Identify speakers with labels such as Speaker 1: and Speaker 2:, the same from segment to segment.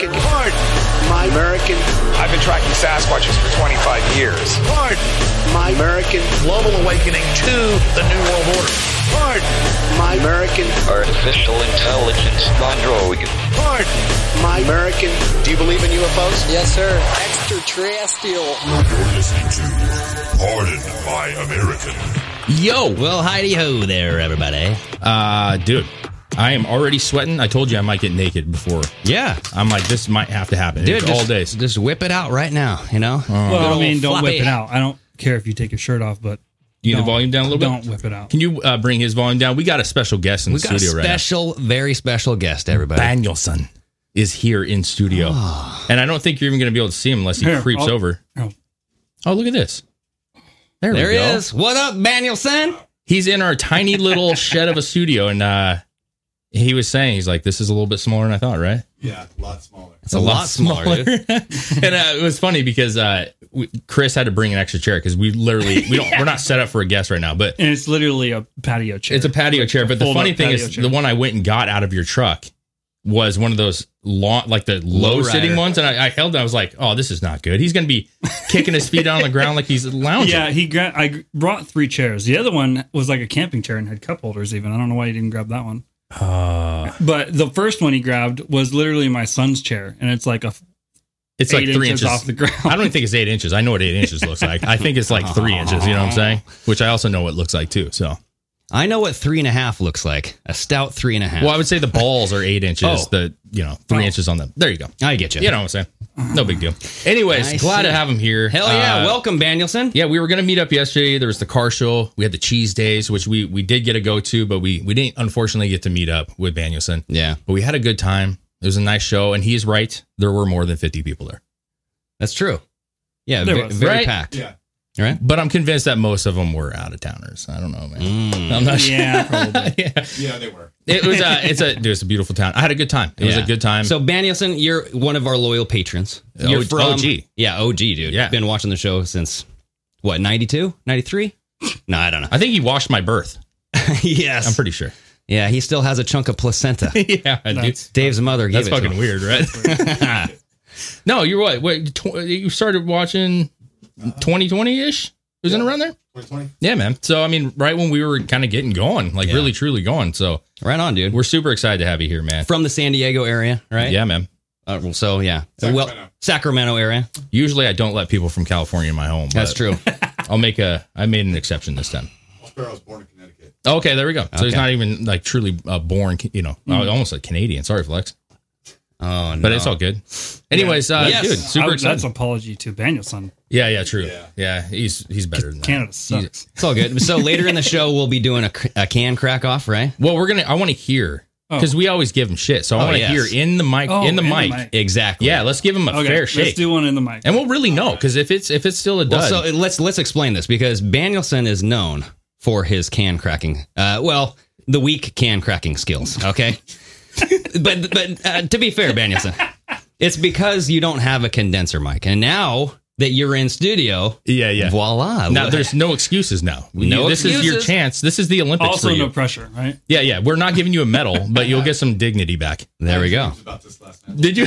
Speaker 1: My American.
Speaker 2: I've been tracking Sasquatches for 25 years.
Speaker 1: Pardon. My American.
Speaker 3: Global awakening to the New World Order.
Speaker 1: Pardon. My American.
Speaker 4: Artificial intelligence on drogue.
Speaker 1: Pardon. My American.
Speaker 3: Do you believe in UFOs?
Speaker 5: Yes, sir. Extraterrestrial.
Speaker 6: You're listening to Pardon My American.
Speaker 7: Yo, well, heidi ho there, everybody.
Speaker 8: Uh, dude, I am already sweating. I told you I might get naked before.
Speaker 7: Yeah,
Speaker 8: I'm like, this might have to happen.
Speaker 7: dude,
Speaker 8: It's
Speaker 7: just,
Speaker 8: all days.
Speaker 7: Just whip it out right now. You know. Good
Speaker 9: Well, I
Speaker 7: old
Speaker 9: mean, don't
Speaker 7: floppy.
Speaker 9: whip it out. I don't care if you take your shirt off, but
Speaker 8: You need the
Speaker 9: don't-
Speaker 8: volume down a little bit?
Speaker 9: Don't whip it out.
Speaker 8: Can you uh, bring his volume down? We got a special guest in
Speaker 7: We
Speaker 8: the
Speaker 7: got a
Speaker 8: studio right
Speaker 7: special, very special guest, everybody.
Speaker 8: now. Danielson is here in studio, Ah. and I don't think you're even going to be able to see him unless he
Speaker 9: Here,
Speaker 8: creeps
Speaker 9: I'll-
Speaker 8: over.
Speaker 9: Oh.
Speaker 8: Oh, look at this. There,
Speaker 7: There
Speaker 8: we
Speaker 7: he
Speaker 8: go.
Speaker 7: is. What up, Danielson?
Speaker 8: He's in our tiny little shed of a studio, and uh, he was saying he's like, "This is a little bit smaller than I thought." Right?
Speaker 10: Yeah, a lot smaller.
Speaker 7: It's a, lot, smaller. dude.
Speaker 8: and uh, it was funny because uh, we, Chris had to bring an extra chair because we literally we don't we're not set up for a guest right now, but
Speaker 9: And it's literally a patio chair.
Speaker 8: It's a patio chair, but the
Speaker 9: fold-up
Speaker 8: funny thing
Speaker 9: patio
Speaker 8: is,
Speaker 9: chair.
Speaker 8: the one I went and got out of your truck was one of those long, like the low
Speaker 7: Low
Speaker 8: sitting
Speaker 7: rider.
Speaker 8: ones, and I, I held. it. I was like, "Oh, this is not good. He's going to be kicking his feet on the ground like he's lounging."
Speaker 9: Yeah, he gra- I gr- brought three chairs. The other one was like a camping chair and had cup holders. Even I don't know why he didn't grab that one.
Speaker 8: Uh.
Speaker 9: But the first one he grabbed was literally my son's chair, and it's like a f-
Speaker 8: it's like
Speaker 9: eight
Speaker 8: three
Speaker 9: inches,
Speaker 8: inches.
Speaker 9: off the ground.
Speaker 8: I don't think it's eight inches. I know what eight inches looks like. I think it's like three inches. You know what I'm saying? Which I also know what it looks like too. So,
Speaker 7: I know what three and a half looks like. A stout three and a half.
Speaker 8: well, I would say the balls are eight inches.
Speaker 7: Oh.
Speaker 8: The you know three
Speaker 9: Oh.
Speaker 8: inches on them. There you go.
Speaker 7: I get you.
Speaker 8: You know what I'm saying? No big deal. Anyways,
Speaker 7: I
Speaker 8: glad
Speaker 7: see.
Speaker 8: to have him here.
Speaker 7: Hell yeah.
Speaker 8: Uh,
Speaker 7: Welcome, Danielson.
Speaker 8: Yeah, we were gonna meet up yesterday. There was the car show. We had the cheese days, which we we did get a go to, but we we didn't unfortunately get to meet up with Danielson.
Speaker 7: Yeah.
Speaker 8: But we had a good time. It was a nice show, and he's right. There were more than fifty people there,
Speaker 7: That's true. Yeah,
Speaker 9: There
Speaker 7: ve-
Speaker 9: was.
Speaker 7: very
Speaker 8: Right?
Speaker 7: packed.
Speaker 10: Yeah.
Speaker 7: Right?
Speaker 8: but I'm convinced that most of them were out of towners. I don't know, man.
Speaker 7: Mm.
Speaker 8: I'm not sure.
Speaker 9: yeah, probably.
Speaker 8: yeah,
Speaker 10: Yeah, they were.
Speaker 8: it was a it's a dude, it's a beautiful town. I had a good time. It was
Speaker 7: Yeah.
Speaker 8: a good time.
Speaker 7: So, Danielson, you're one of our loyal patrons. You're
Speaker 8: Oh, O- OG.
Speaker 7: Yeah, OG, dude.
Speaker 8: Yeah.
Speaker 7: Been watching the show since, what, 92? 93? No, I don't know.
Speaker 8: I think he washed my birth.
Speaker 7: yes.
Speaker 8: I'm pretty sure.
Speaker 7: yeah, he still has a chunk of placenta.
Speaker 8: yeah, dude.
Speaker 9: That's-
Speaker 7: Dave's mother gave
Speaker 8: That's
Speaker 7: it to
Speaker 8: fucking
Speaker 7: him.
Speaker 8: weird, right? no, you're what? What? Tw- you started watching 2020 ish? It was in around there.
Speaker 10: 2020?
Speaker 8: Yeah, man. So I mean, right when we were kind of getting going, like
Speaker 7: Yeah.
Speaker 8: really truly going. So
Speaker 7: Right on, dude.
Speaker 8: we're super excited to have you here, man.
Speaker 7: from the San Diego area, right?
Speaker 8: Yeah, man.
Speaker 7: Uh, well, so yeah,
Speaker 10: Sacramento.
Speaker 7: well, Sacramento area.
Speaker 8: Usually I don't let people from California in my home. but
Speaker 7: That's true.
Speaker 8: I'll make a. I made an exception this time.
Speaker 10: Sparrow's born in Connecticut.
Speaker 8: Okay, there we go. So he's
Speaker 7: Okay.
Speaker 8: not even like truly uh, born. You know, I almost like Canadian. Sorry, Flex,
Speaker 7: Oh no,
Speaker 8: but it's all good. Anyways, uh,
Speaker 7: Yes.
Speaker 8: dude,
Speaker 9: I,
Speaker 8: super
Speaker 9: would- that's
Speaker 8: excited.
Speaker 9: apology to Danielson.
Speaker 8: yeah, yeah, true. Yeah.
Speaker 10: Yeah.
Speaker 8: he's he's better than that.
Speaker 9: Canada sucks.
Speaker 7: it's all good. So later in the show, we'll be doing a, c- a can crack off, right?
Speaker 8: Well, we're gonna. I want to hear because we always give him shit. So I
Speaker 7: Oh,
Speaker 8: want to
Speaker 7: yes.
Speaker 8: hear in the mic.
Speaker 9: Oh,
Speaker 8: in the
Speaker 9: in the
Speaker 8: mic.
Speaker 9: mic.
Speaker 7: Exactly.
Speaker 8: Yeah, let's give him a
Speaker 9: Okay,
Speaker 8: fair
Speaker 9: let's
Speaker 8: shake,
Speaker 9: do one in the mic.
Speaker 8: and we'll really know because if it's if it's still a dud.
Speaker 7: Well, so uh, let's let's explain this because Danielson is known for his can cracking. Uh, well, the weak can cracking skills. Okay, but but uh, to be fair, Danielson, it's because you don't have a condenser mic, and now that you're in studio,
Speaker 8: yeah, yeah.
Speaker 7: voila.
Speaker 8: Now there's no excuses now.
Speaker 7: No
Speaker 8: this is your
Speaker 7: excuses.
Speaker 8: chance. This is the Olympics
Speaker 9: also,
Speaker 8: for you.
Speaker 9: no pressure, right?
Speaker 8: yeah, yeah. We're not giving you a medal, but you'll get some dignity back.
Speaker 7: there we go.
Speaker 10: It was about this last night.
Speaker 8: Did you?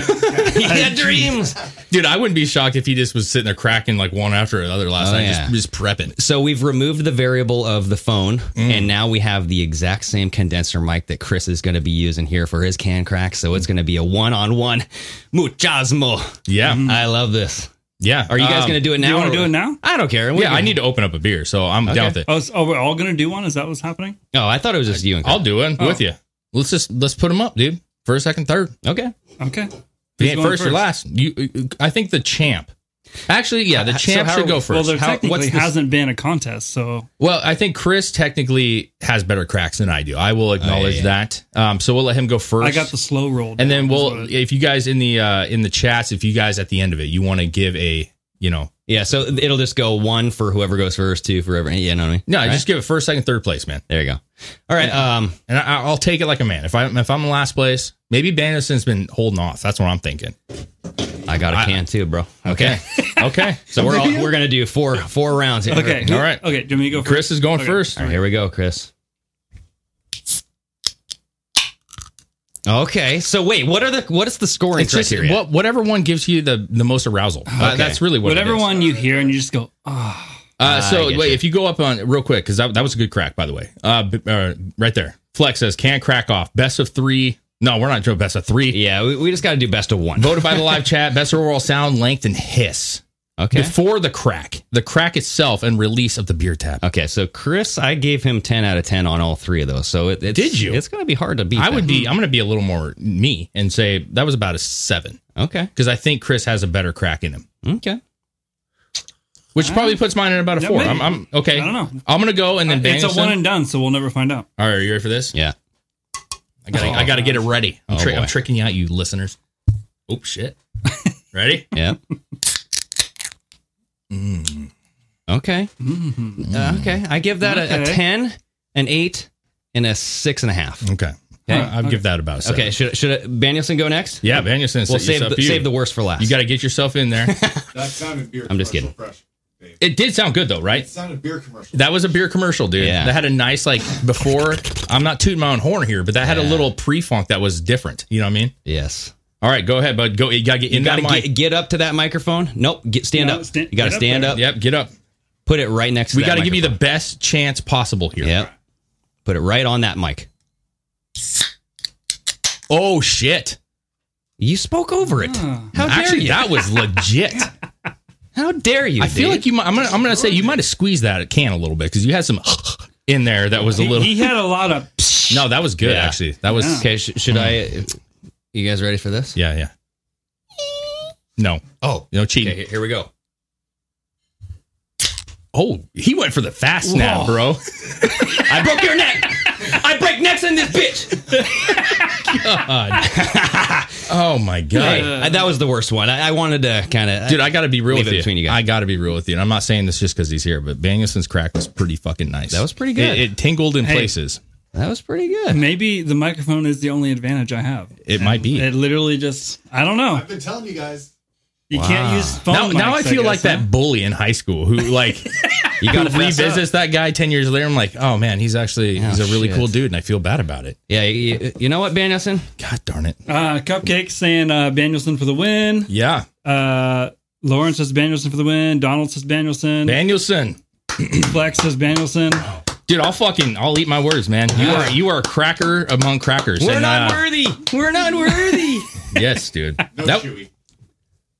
Speaker 7: yeah, dreams.
Speaker 8: Dude, I wouldn't be shocked if he just was sitting there cracking like one after another last
Speaker 7: Oh,
Speaker 8: night,
Speaker 7: yeah.
Speaker 8: just, just prepping.
Speaker 7: So we've removed the variable of the phone,
Speaker 8: Mm.
Speaker 7: and now we have the exact same condenser mic that Chris is going to be using here for his can crack. So it's going to be a one-on-one muchasmo.
Speaker 8: Yeah,
Speaker 7: I love this.
Speaker 8: Mm-hmm. yeah.
Speaker 7: Are you guys
Speaker 8: Um,
Speaker 7: going to do it now?
Speaker 9: Do you want
Speaker 7: or-
Speaker 9: to do it now?
Speaker 7: I don't care. We
Speaker 8: Yeah, I
Speaker 7: can-
Speaker 8: need to open up a beer, so I'm down with it.
Speaker 9: Oh, so- oh, we're all going to do one? Is that what's happening?
Speaker 7: Oh, I thought it was just you and Chris.
Speaker 8: I'll do it
Speaker 9: Oh.
Speaker 8: with you. Let's just let's put him up, dude. First, second, third.
Speaker 7: Okay.
Speaker 9: Okay.
Speaker 8: If
Speaker 9: Who's
Speaker 8: you ain't
Speaker 9: going
Speaker 8: first, or last. You, uh, I think the champ. Actually, yeah, the
Speaker 7: Uh, so
Speaker 8: champ
Speaker 7: how
Speaker 8: should
Speaker 7: are-
Speaker 8: go
Speaker 7: well,
Speaker 9: Well,
Speaker 8: first.
Speaker 9: there
Speaker 8: How-
Speaker 9: technically
Speaker 8: what's the-
Speaker 9: hasn't been a contest, so
Speaker 8: Well, I think Chris technically has better cracks than I do. I will acknowledge
Speaker 7: Oh, yeah.
Speaker 8: that. Um, so we'll let him go first.
Speaker 9: I got the slow roll.
Speaker 8: and then
Speaker 9: down, is
Speaker 8: we'll,
Speaker 9: what it-
Speaker 8: if you guys in the uh, in the chats, if you guys at the end of it, you want to give a, you know,
Speaker 7: Yeah, so it'll just go one for whoever goes first, two for everyone. Yeah, you know what I mean?
Speaker 8: no,
Speaker 7: Right?
Speaker 8: just give it first, second, third place, man.
Speaker 7: there you go. All right. Um,
Speaker 8: And I, I'll take it like a man. If I if I'm in last place, maybe Bandison's been holding off. That's what I'm thinking.
Speaker 7: I got
Speaker 8: I-
Speaker 7: a can too, bro. Okay.
Speaker 8: Okay, okay.
Speaker 7: so we're all, we're gonna do four four rounds. Here.
Speaker 9: okay.
Speaker 8: all right.
Speaker 9: Okay. Do you want me to go first?
Speaker 8: Chris is going
Speaker 9: Okay.
Speaker 8: first.
Speaker 7: All right, here we go, Chris. Okay, so wait, what are the what is the scoring
Speaker 8: It's just
Speaker 7: criteria?
Speaker 8: what, whatever one gives you the, the most arousal. Uh,
Speaker 7: Okay.
Speaker 8: that's really what it
Speaker 9: Whatever
Speaker 8: is.
Speaker 9: one you hear and you just go, ah,
Speaker 8: Uh, so
Speaker 7: I
Speaker 8: wait,
Speaker 7: get you.
Speaker 8: if you go up on real quick, because that, that was a good crack, by the way. Uh, b- uh, right there, Flex says can't crack off. Best of three. No, we're not doing best of three.
Speaker 7: yeah, we, we just got to do best of one.
Speaker 8: Voted by the live chat. Best overall sound, length, and hiss
Speaker 7: Okay.
Speaker 8: before the crack. The crack itself and release of the beer tap.
Speaker 7: Okay, so Chris, I gave him ten out of ten on all three of those. So it, it's,
Speaker 8: Did you?
Speaker 7: It's going to be hard to beat.
Speaker 8: I would
Speaker 7: that.
Speaker 8: be. I'm going to be a little more me and say that was about a seven
Speaker 7: okay.
Speaker 8: because I think Chris has a better crack in him,
Speaker 7: Okay.
Speaker 8: which probably puts mine at about a
Speaker 9: Yeah,
Speaker 8: four.
Speaker 9: maybe.
Speaker 8: I'm, I'm okay.
Speaker 9: I don't know.
Speaker 8: I'm going to go and then
Speaker 9: it's
Speaker 8: Danielson.
Speaker 9: a one and done, so we'll never find out.
Speaker 8: All right, are you ready for this?
Speaker 7: Yeah.
Speaker 8: I gotta, I gotta get it ready. I'm,
Speaker 7: Oh,
Speaker 8: tri- I'm
Speaker 7: boy.
Speaker 8: tricking you out, you listeners. Oh shit! ready?
Speaker 7: Yeah.
Speaker 8: Mm.
Speaker 7: Okay.
Speaker 8: Mm-hmm.
Speaker 7: Uh, okay. I give that a, a
Speaker 9: Okay.
Speaker 7: ten, an eight, and a six and a half.
Speaker 8: Okay. Uh, I'll give that about a seven.
Speaker 7: Okay. Should should Banielson go next?
Speaker 8: Yeah, Vanya's gonna
Speaker 7: We'll
Speaker 8: set you
Speaker 7: save
Speaker 8: up
Speaker 7: the,
Speaker 8: for you.
Speaker 7: save the worst for last.
Speaker 8: You got to get yourself in there.
Speaker 10: That sounded beer.
Speaker 7: I'm just
Speaker 10: commercial
Speaker 7: kidding.
Speaker 10: Fresh, Dave.
Speaker 8: it did sound good though,
Speaker 10: It
Speaker 8: right?
Speaker 10: sounded beer commercial.
Speaker 8: That was a beer commercial, dude.
Speaker 7: Yeah.
Speaker 8: That had a nice like before. I'm not tooting my own horn here, but that had a
Speaker 7: Yeah.
Speaker 8: little pre-funk that was different. You know what I mean?
Speaker 7: yes.
Speaker 8: All right, go ahead, bud. Go. You gotta get in
Speaker 7: You got
Speaker 8: that
Speaker 7: to
Speaker 8: mic.
Speaker 7: get, get up to that microphone. Nope. Get stand
Speaker 9: No,
Speaker 7: up.
Speaker 9: stand-
Speaker 7: you got to
Speaker 9: get up
Speaker 7: stand
Speaker 9: there.
Speaker 7: up.
Speaker 8: yep, get up.
Speaker 7: Put it right next. to
Speaker 8: We
Speaker 7: got to
Speaker 8: give you the best chance possible here.
Speaker 7: Yep. Put it right on that mic.
Speaker 8: Oh shit!
Speaker 7: You spoke over it. How dare
Speaker 8: Ah. Actually,
Speaker 7: you?
Speaker 8: that was legit.
Speaker 7: How dare you?
Speaker 8: I feel like you might. I'm gonna. I'm gonna say you might have squeezed that can a little bit because you had some in there that was a
Speaker 9: He,
Speaker 8: little.
Speaker 9: he had a lot of.
Speaker 8: No, that was good
Speaker 7: Yeah.
Speaker 8: actually. That was. Yeah.
Speaker 7: Okay, sh- should I? You guys ready for this?
Speaker 8: yeah, No. Oh, no cheating.
Speaker 7: Okay, here we go.
Speaker 8: Oh, he went for the fast snap, bro.
Speaker 7: I broke your neck. I break necks in this bitch.
Speaker 8: Oh my god,
Speaker 7: Hey, that was the worst one. I, I wanted to kind of.
Speaker 8: dude! I got to be real
Speaker 7: Leave
Speaker 8: with
Speaker 7: it
Speaker 8: you.
Speaker 7: between you guys.
Speaker 8: I got to be real with you, and I'm not saying this just because he's here, but Banielson's crack was pretty fucking nice.
Speaker 7: That was pretty good.
Speaker 8: It, it tingled in
Speaker 9: Hey.
Speaker 8: places.
Speaker 7: that was pretty good.
Speaker 9: Maybe the microphone is the only advantage I have.
Speaker 8: It might be.
Speaker 9: It literally just. I don't know.
Speaker 10: I've been telling you guys.
Speaker 9: You can't use phone.
Speaker 8: Now, now
Speaker 9: mics,
Speaker 8: I feel
Speaker 9: guess,
Speaker 8: like
Speaker 9: huh?
Speaker 8: that bully in high school who like
Speaker 7: You got to
Speaker 8: revisits that guy 10 years later. I'm like, oh man, he's actually, he's
Speaker 7: Oh,
Speaker 8: a really
Speaker 7: shit.
Speaker 8: cool dude. And I feel bad about it.
Speaker 7: Yeah, you, you know what, Banielson?
Speaker 8: God darn it.
Speaker 9: Uh, Cupcake saying uh, Danielson for the win.
Speaker 8: Yeah.
Speaker 9: Uh, Lawrence says Danielson for the win. Donald says Danielson.
Speaker 8: Danielson.
Speaker 9: Flex says Danielson.
Speaker 8: Uh, Dude, I'll fucking, I'll eat my words, man. You are, you are a cracker among crackers.
Speaker 7: We're
Speaker 8: And,
Speaker 7: not
Speaker 8: uh,
Speaker 7: worthy. We're not worthy.
Speaker 8: Yes, dude.
Speaker 10: No
Speaker 8: That-
Speaker 10: chewy.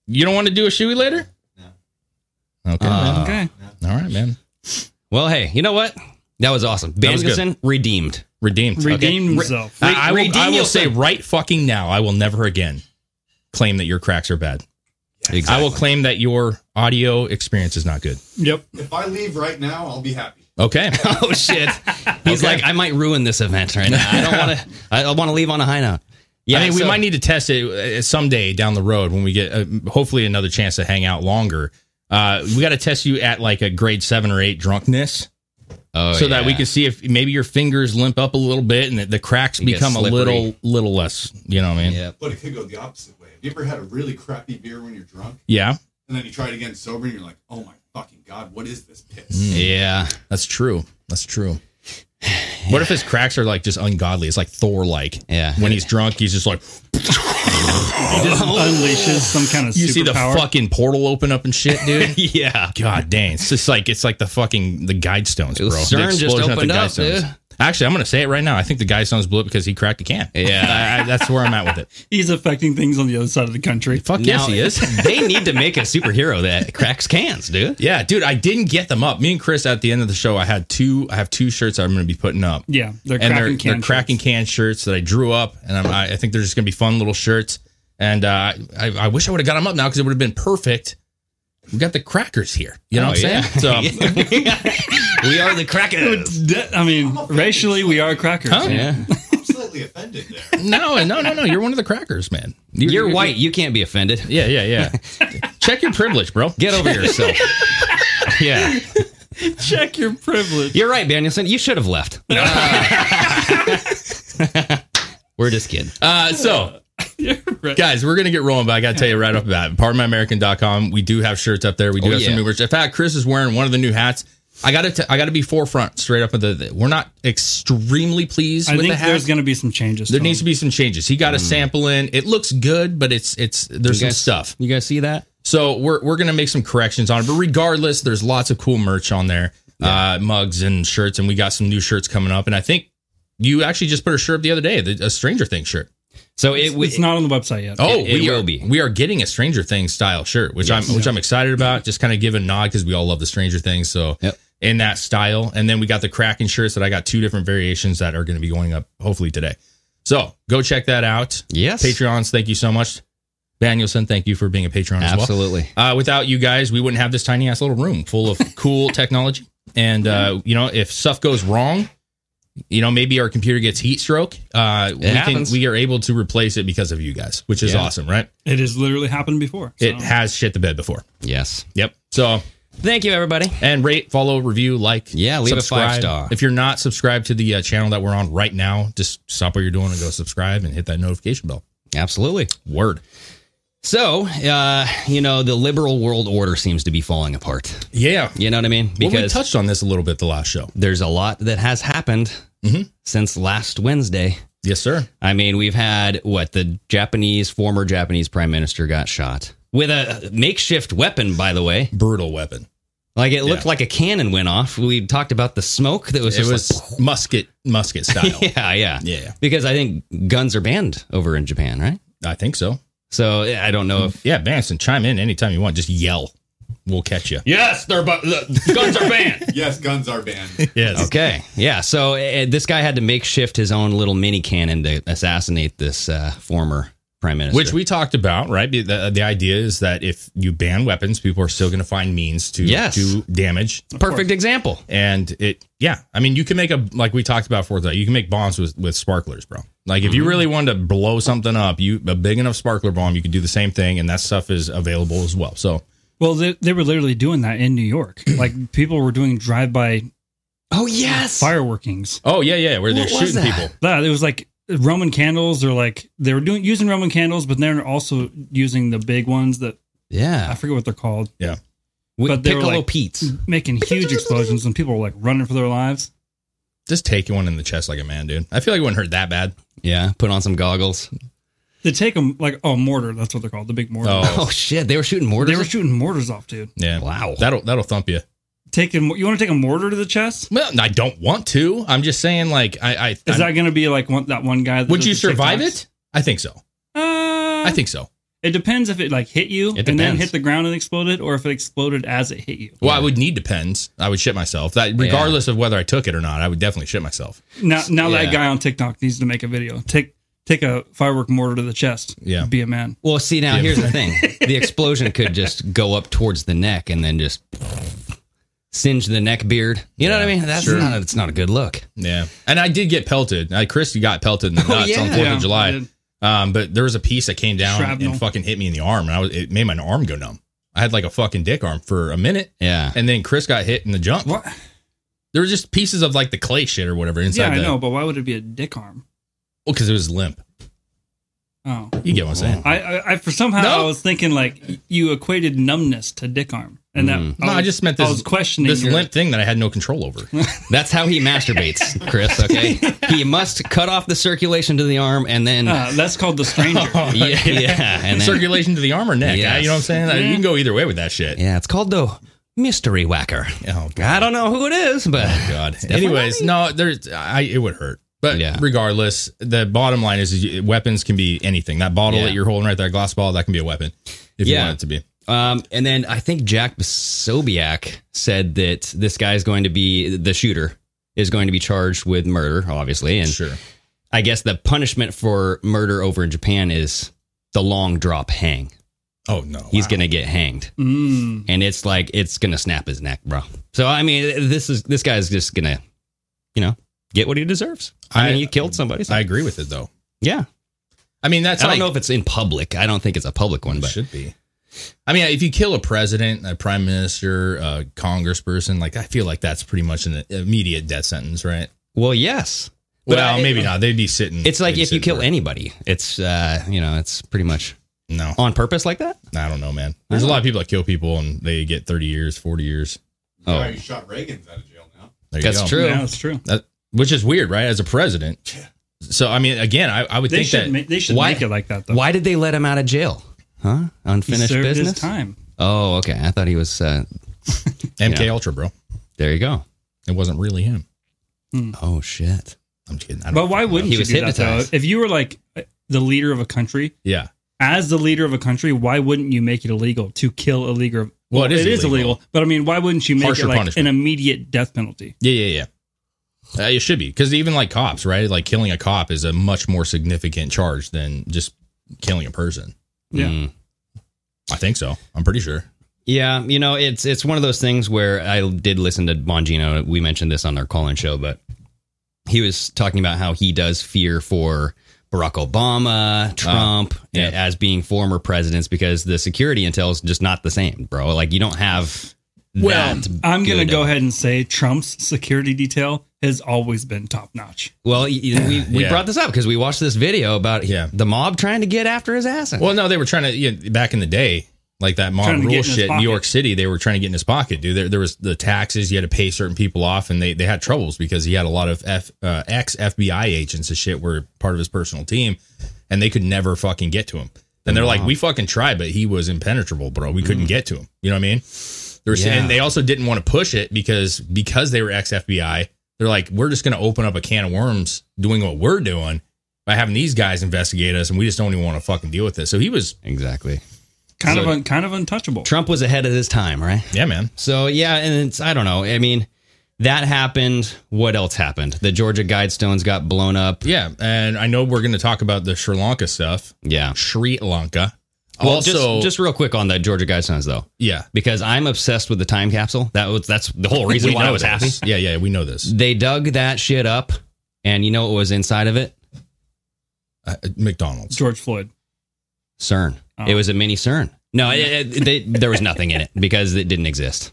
Speaker 8: you don't want to do a shoey later? No. Okay. man.
Speaker 9: Okay.
Speaker 8: All right, man.
Speaker 7: well, hey, you know what? That was awesome.
Speaker 8: That was good.
Speaker 7: Banielson redeemed.
Speaker 8: Redeemed.
Speaker 9: Redeemed himself.
Speaker 8: I, I will, I will
Speaker 7: Redeemelson.
Speaker 8: say right fucking now, I will never again claim that your cracks are bad. I will claim that your audio experience is not good.
Speaker 9: Yep.
Speaker 10: If I leave right now, I'll be happy.
Speaker 8: Okay.
Speaker 7: Oh shit! He's
Speaker 8: Okay.
Speaker 7: like, I might ruin this event right now. I don't want to. I want to leave on a high note. Yeah,
Speaker 8: I mean, we
Speaker 7: so-
Speaker 8: might need to test it uh, someday down the road when we get uh, hopefully another chance to hang out longer. Uh, we got to test you at like a grade seven or eight drunkenness
Speaker 7: Oh,
Speaker 8: so that we
Speaker 7: yeah.
Speaker 8: can see if maybe your fingers limp up a little bit and that the cracks
Speaker 7: get
Speaker 8: become a
Speaker 7: slippery.
Speaker 8: little little less. You know what I mean?
Speaker 7: Yep.
Speaker 10: But it could go the opposite way. Have you ever had a really crappy beer when you're drunk,
Speaker 8: Yeah,
Speaker 10: and then you try it again sober, and you're like, "Oh my fucking god, what is this piss?"
Speaker 7: Mm. Yeah.
Speaker 8: that's true. That's true. What if his cracks are like just ungodly? It's like Thor like.
Speaker 7: Yeah.
Speaker 8: When he's drunk, he's just like,
Speaker 9: He just unleashes some kind of
Speaker 8: you
Speaker 9: superpower.
Speaker 8: see the fucking portal open up and shit, dude.
Speaker 7: Yeah.
Speaker 8: God dang. It's just like it's like the fucking the guide stones, bro.
Speaker 7: Dude, CERN
Speaker 8: the
Speaker 7: just
Speaker 8: explosion at
Speaker 7: opened up,
Speaker 8: Guidestones.
Speaker 7: dude.
Speaker 8: Actually, I'm gonna say it right now. I think the guide stones blew up because he cracked a can.
Speaker 7: Yeah.
Speaker 8: I, I- that's where I'm at with it.
Speaker 9: He's affecting things on the other side of the country.
Speaker 8: Fuck yes, he is.
Speaker 7: they need to make a superhero that cracks cans, dude.
Speaker 8: Yeah, dude, I didn't get them up. Me and Chris at the end of the show, I had two. I have two shirts I'm gonna be putting up.
Speaker 9: Yeah, they're
Speaker 8: and
Speaker 9: cracking
Speaker 8: they're,
Speaker 9: can
Speaker 8: they're cracking
Speaker 9: shirts.
Speaker 8: can shirts that I drew up, and I'm, I, I think they're just gonna be fun little shirts. And uh, I, I wish I would have got them up now because it would have been perfect. We got the crackers here. You know
Speaker 7: Oh,
Speaker 8: what I'm
Speaker 7: yeah.
Speaker 8: saying? So
Speaker 7: We are the crackers.
Speaker 9: That- I mean, racially, we are crackers.
Speaker 8: Huh?
Speaker 7: Yeah.
Speaker 10: I'm slightly offended there.
Speaker 8: no, no, no, no. You're one of the crackers, man.
Speaker 7: You're white. You can't be offended.
Speaker 8: Yeah, yeah, yeah. Check your privilege, bro.
Speaker 7: Get over yourself.
Speaker 8: Yeah.
Speaker 9: Check your privilege.
Speaker 7: You're right, Danielson. You should have left. We're just kidding.
Speaker 8: Uh, so,
Speaker 9: You're right.
Speaker 8: guys, we're going to get rolling, but I got to tell you right off the bat, pardonmyamerican.com, we do have shirts up there. We do
Speaker 7: Oh,
Speaker 8: have some
Speaker 7: yeah.
Speaker 8: new merch. In fact, Chris is wearing one of the new hats. I gotta, t- I gotta be forefront straight up with the. the- we're not extremely pleased
Speaker 9: I
Speaker 8: with the
Speaker 9: think
Speaker 8: hack.
Speaker 9: there's going to be some changes.
Speaker 8: there needs to be some changes. He got a sample in. It looks good, but it's it's there's some
Speaker 7: guys-
Speaker 8: stuff.
Speaker 7: Hmm. You guys see that?
Speaker 8: So we're we're gonna make some corrections on it. But regardless, there's lots of cool merch on there, uh, mugs and shirts, and we got some new shirts coming up. And I think you actually just put a shirt up the other day, the, a Stranger Things shirt.
Speaker 7: So it,
Speaker 9: It's, it's not on the website yet.
Speaker 8: Oh,
Speaker 7: It- it
Speaker 8: we
Speaker 7: will
Speaker 8: are,
Speaker 7: be.
Speaker 8: We are getting a Stranger Things style shirt, which I'm which I'm excited about. Just kind of give a nod because we all love the Stranger Things. So
Speaker 7: Yep.
Speaker 8: in that style, and then we got the Kraken shirts that I got two different variations that are going to be going up hopefully today. So go check that out.
Speaker 7: yes,
Speaker 8: Patreons, thank you so much. Danielson, thank you for being a patron as well.
Speaker 7: absolutely.
Speaker 8: Uh, without you guys, we wouldn't have this tiny ass little room full of cool technology. And uh, you know, if stuff goes wrong, you know, maybe our computer gets heat stroke. Uh, we can
Speaker 7: happens.
Speaker 8: we are able to replace it because of you guys, which is
Speaker 7: Yeah.
Speaker 8: awesome, right?
Speaker 9: It has literally happened before. so-
Speaker 8: It has shit the bed before.
Speaker 7: Yes.
Speaker 8: Yep. So
Speaker 7: Thank you, everybody.
Speaker 8: and rate, follow, review, like,
Speaker 7: Yeah, leave a five star.
Speaker 8: If you're not subscribed to the uh, channel that we're on right now, just stop what you're doing and go subscribe and hit that notification bell.
Speaker 7: Absolutely.
Speaker 8: Word.
Speaker 7: So, uh, you know, the liberal world order seems to be falling apart.
Speaker 8: Yeah.
Speaker 7: You know what I mean?
Speaker 8: Well, we
Speaker 7: Because
Speaker 8: touched on this a little bit the last show.
Speaker 7: there's a lot that has happened
Speaker 8: Mhm.
Speaker 7: since last Wednesday.
Speaker 8: Yes, sir.
Speaker 7: I mean, we've had what the Japanese former Japanese prime minister got shot with a makeshift weapon, by the way.
Speaker 8: Brutal weapon.
Speaker 7: Like it looked
Speaker 8: Yeah.
Speaker 7: like a cannon went off. We talked about the smoke that was
Speaker 8: It
Speaker 7: just
Speaker 8: was musket musket style.
Speaker 7: like, yeah, yeah,
Speaker 8: yeah,
Speaker 7: Because I think guns are banned over in Japan, right?
Speaker 8: I think so.
Speaker 7: So yeah, I don't know if
Speaker 8: Yeah, Banson, chime in anytime you want. Just yell. We'll catch you.
Speaker 7: yes, they're but guns are banned.
Speaker 10: Yes, guns are banned.
Speaker 8: Yes.
Speaker 7: Okay, yeah. So uh, this guy had to makeshift his own little mini cannon to assassinate this uh, former prime minister.
Speaker 8: Which we talked about, right? The, the, the idea is that if you ban weapons, people are still going to find means to
Speaker 7: Yes.
Speaker 8: do damage.
Speaker 7: perfect example.
Speaker 8: And it, yeah, I mean, you can make a like we talked about before that. You can make bombs with with sparklers, bro. Like if you really wanted to blow something up, you a big enough sparkler bomb, you could do the same thing, and that stuff is available as well. So
Speaker 9: Well, they, they were literally doing that in New York. Like people were doing drive-by
Speaker 7: Oh yes,
Speaker 9: fireworkings.
Speaker 8: Oh yeah, yeah, where they're
Speaker 7: What was
Speaker 8: shooting
Speaker 7: that?
Speaker 8: people.
Speaker 9: That it was like Roman candles, or like they were doing using Roman candles, but they're also using the big ones that I
Speaker 7: yeah.
Speaker 9: forget what they're called,
Speaker 8: Yeah,
Speaker 9: but they were
Speaker 7: Piccolo
Speaker 9: like-
Speaker 7: Pete's.
Speaker 9: making huge explosions, and people were like running for their lives.
Speaker 8: just take one in the chest like a man, dude. I feel like it wouldn't hurt that bad.
Speaker 7: Yeah, put on some goggles.
Speaker 9: They take them like oh mortar, that's what they're called, the big mortar.
Speaker 8: Oh.
Speaker 7: Oh shit, they were shooting mortars.
Speaker 9: They were shooting mortars off, dude.
Speaker 8: Yeah,
Speaker 7: Wow.
Speaker 8: that'll that'll thump you.
Speaker 9: Taking you want to take a mortar to the chest?
Speaker 8: Well, I don't want to. I'm just saying, like, I, I
Speaker 9: Is
Speaker 8: I'm-
Speaker 9: that going to be like one, that one guy? That
Speaker 8: would
Speaker 9: does
Speaker 8: you
Speaker 9: the
Speaker 8: survive
Speaker 9: TikToks?
Speaker 8: it? I think so.
Speaker 9: Uh,
Speaker 8: I think so.
Speaker 9: It depends if it like hit you
Speaker 7: It
Speaker 9: and then
Speaker 7: depends.
Speaker 9: hit the ground and exploded, or if it exploded as it hit you.
Speaker 8: Well, I would need depends. I would shit myself. That regardless of whether I took it or not, I would definitely shit myself.
Speaker 9: Now, now
Speaker 7: Yeah.
Speaker 9: that guy on TikTok needs to make a video. Take take a firework mortar to the chest.
Speaker 8: Yeah.
Speaker 9: be a man.
Speaker 7: Well, see now here's the thing. The explosion could just go up towards the neck and then just singe the neck beard. You know what I mean? That's not a, it's not a good look.
Speaker 8: Yeah, and I did get pelted. I Christy got pelted in the nuts on
Speaker 7: yeah.
Speaker 8: Fourth
Speaker 9: Oh, Yeah,
Speaker 8: of
Speaker 9: I
Speaker 8: July.
Speaker 9: did.
Speaker 8: Um, but there was a piece that came down
Speaker 9: Shrapnel.
Speaker 8: and fucking hit me in the arm, and I was, it made my arm go numb. I had like a fucking dick arm for a minute,
Speaker 7: Yeah.
Speaker 8: and then Chris got hit in the jump.
Speaker 9: What?
Speaker 8: There were just pieces of like the clay shit or whatever inside.
Speaker 9: yeah, I
Speaker 8: the,
Speaker 9: know, but why would it be a dick arm?
Speaker 8: because it was limp.
Speaker 9: Oh,
Speaker 8: You get what I'm saying?
Speaker 9: I I, I for somehow
Speaker 8: No.
Speaker 9: I was thinking like you equated numbness to dick arm, and that
Speaker 8: No, I
Speaker 9: was-
Speaker 8: just meant
Speaker 9: I
Speaker 8: this-
Speaker 9: was questioning
Speaker 8: This
Speaker 9: your-
Speaker 8: limp thing that I had no control over.
Speaker 7: That's how he masturbates, Chris, okay? He must cut off the circulation to the arm and then
Speaker 8: Oh,
Speaker 9: Uh, that's called the stranger.
Speaker 7: yeah, yeah, and then,
Speaker 8: Circulation to the arm or neck.
Speaker 7: Yes.
Speaker 8: You know what I'm saying? You can go either way with that shit.
Speaker 7: Yeah, it's called the mystery whacker.
Speaker 8: Oh God. Oh,
Speaker 7: I don't know who it is, but
Speaker 8: God.
Speaker 7: definitely
Speaker 8: Anyways, no, there's I it would hurt. But
Speaker 7: Yeah.
Speaker 8: regardless, the bottom line is, is you- weapons can be anything. That bottle
Speaker 7: Yeah.
Speaker 8: that you're holding right there, glass ball, that can be a weapon if you
Speaker 7: Yeah.
Speaker 8: want it to be.
Speaker 7: Um, and then I think Jack Sobiak said that this guy is going to be the shooter is going to be charged with murder, obviously. And
Speaker 8: Sure.
Speaker 7: I guess the punishment for murder over in Japan is the long drop hang.
Speaker 8: Oh no.
Speaker 7: He's
Speaker 8: Wow.
Speaker 7: going to get hanged.
Speaker 9: Mm.
Speaker 7: And it's like, it's going to snap his neck, bro. So, I mean, this is, this guy's just going to, you know, get what he deserves. I,
Speaker 8: I-
Speaker 7: mean, he killed somebody. So
Speaker 8: I agree with it though.
Speaker 7: yeah.
Speaker 8: I mean that's
Speaker 7: I don't
Speaker 8: like,
Speaker 7: know if it's in public. I don't think it's a public one,
Speaker 8: It
Speaker 7: but
Speaker 8: should be. I mean, if you kill a president, a prime minister, a congressperson, like I feel like that's pretty much an immediate death sentence, right?
Speaker 7: well, yes. But
Speaker 8: Well,
Speaker 7: I-
Speaker 8: maybe not. They'd be sitting.
Speaker 7: It's like
Speaker 8: they'd
Speaker 7: if you
Speaker 8: sit
Speaker 7: kill
Speaker 8: for-
Speaker 7: anybody, it's, uh, you know, it's pretty much
Speaker 8: No,
Speaker 7: on purpose like that?
Speaker 8: I don't know, man. There's a lot of people that kill people and they get 30 years, 40 years.
Speaker 10: Oh.
Speaker 7: Oh,
Speaker 10: you shot Reagan's out of jail now.
Speaker 8: There you
Speaker 7: that's
Speaker 8: go.
Speaker 7: true.
Speaker 9: Yeah, that's true.
Speaker 8: That- which is weird, right? As a president. So I mean, again, I, I would
Speaker 9: They
Speaker 8: think
Speaker 9: should
Speaker 8: that
Speaker 9: make, they should
Speaker 7: Why-
Speaker 9: make it like that though.
Speaker 7: Oh, Why did they let him out of jail? Huh?
Speaker 9: he
Speaker 7: Unfinished
Speaker 9: served
Speaker 7: business.
Speaker 9: his time?
Speaker 7: Oh, okay. I thought he was. Uh,
Speaker 8: MK
Speaker 7: Yeah.
Speaker 8: Ultra, bro.
Speaker 7: there you go.
Speaker 8: It wasn't really him.
Speaker 7: Oh shit.
Speaker 8: I'm just kidding. I don't
Speaker 9: But why
Speaker 8: fucking know.
Speaker 9: wouldn't
Speaker 7: He
Speaker 9: you
Speaker 7: was
Speaker 9: do that
Speaker 7: hypnotized.
Speaker 9: though? If you were like eh, the leader of a country,
Speaker 8: Yeah.
Speaker 9: as the leader of a country, why wouldn't you make it illegal to kill a leader?
Speaker 8: Well, it is illegal.
Speaker 9: but I mean, why wouldn't you make
Speaker 8: Harsher
Speaker 9: it like
Speaker 8: punishment.
Speaker 9: an immediate death penalty?
Speaker 8: Yeah, yeah, yeah. Uh, it should be because even like cops, right? Like killing a cop is a much more significant charge than just killing a person.
Speaker 9: Yeah.
Speaker 7: Mm.
Speaker 8: I think so. I'm pretty sure.
Speaker 7: Yeah, you know, it's it's one of those things where I did listen to Bongino. We mentioned this on our call-in show, but he was talking about how he does fear for Barack Obama, Trump,
Speaker 9: Ah,
Speaker 8: yeah.
Speaker 7: a- as being former presidents because the security intel is just not the same, bro. Like you don't have.
Speaker 9: Well,
Speaker 7: that
Speaker 9: I'm going
Speaker 7: good
Speaker 9: to go ahead and say Trump's security detail has always been top notch.
Speaker 7: Well, y- y- we, we
Speaker 8: Yeah.
Speaker 7: brought this up because we watched this video about
Speaker 8: Yeah.
Speaker 7: the mob trying to get after his ass.
Speaker 8: Well, no, they were trying to you know, back in the day, like that
Speaker 9: Trying
Speaker 8: mob
Speaker 9: to get in
Speaker 8: rule
Speaker 9: his
Speaker 8: shit in
Speaker 9: pocket.
Speaker 8: New York City. They were trying to get in his pocket, dude. There, there was the taxes you had to pay certain people off, and they, they had troubles because he had a lot of F, uh, ex FBI agents and shit were part of his personal team, and they could never fucking get to him. And they're like, we fucking tried, but he was impenetrable, bro. We couldn't get to him. You know what I mean? They were saying,
Speaker 7: Yeah.
Speaker 8: and they also didn't want to push it because because they were ex FBI. They're like, we're just going to open up a can of worms doing what we're doing by having these guys investigate us, and we just don't even want to fucking deal with this. So he was,
Speaker 7: exactly.
Speaker 9: Kind of
Speaker 8: So-
Speaker 9: un, kind of untouchable.
Speaker 7: Trump was ahead of his time, right?
Speaker 8: yeah, man.
Speaker 7: So yeah, and it's I don't know. I mean, that happened. What else happened? The Georgia Guidestones got blown up.
Speaker 8: Yeah, and I know we're going to talk about the Sri Lanka stuff.
Speaker 7: Yeah.
Speaker 8: Sri Lanka.
Speaker 7: Well,
Speaker 8: also,
Speaker 7: just, just real quick on the Georgia Guidestones though,
Speaker 8: yeah,
Speaker 7: because I'm obsessed with the time capsule. That was that's the whole reason
Speaker 8: We
Speaker 7: why I
Speaker 8: know
Speaker 7: was
Speaker 8: this.
Speaker 7: happy.
Speaker 8: Yeah, yeah, we know this.
Speaker 7: They dug that shit up, and you know what was inside of it?
Speaker 8: Uh, McDonald's.
Speaker 9: George Floyd.
Speaker 7: CERN.
Speaker 9: Oh.
Speaker 7: It was a mini CERN. No, it, it- they, there was nothing in it because it didn't exist.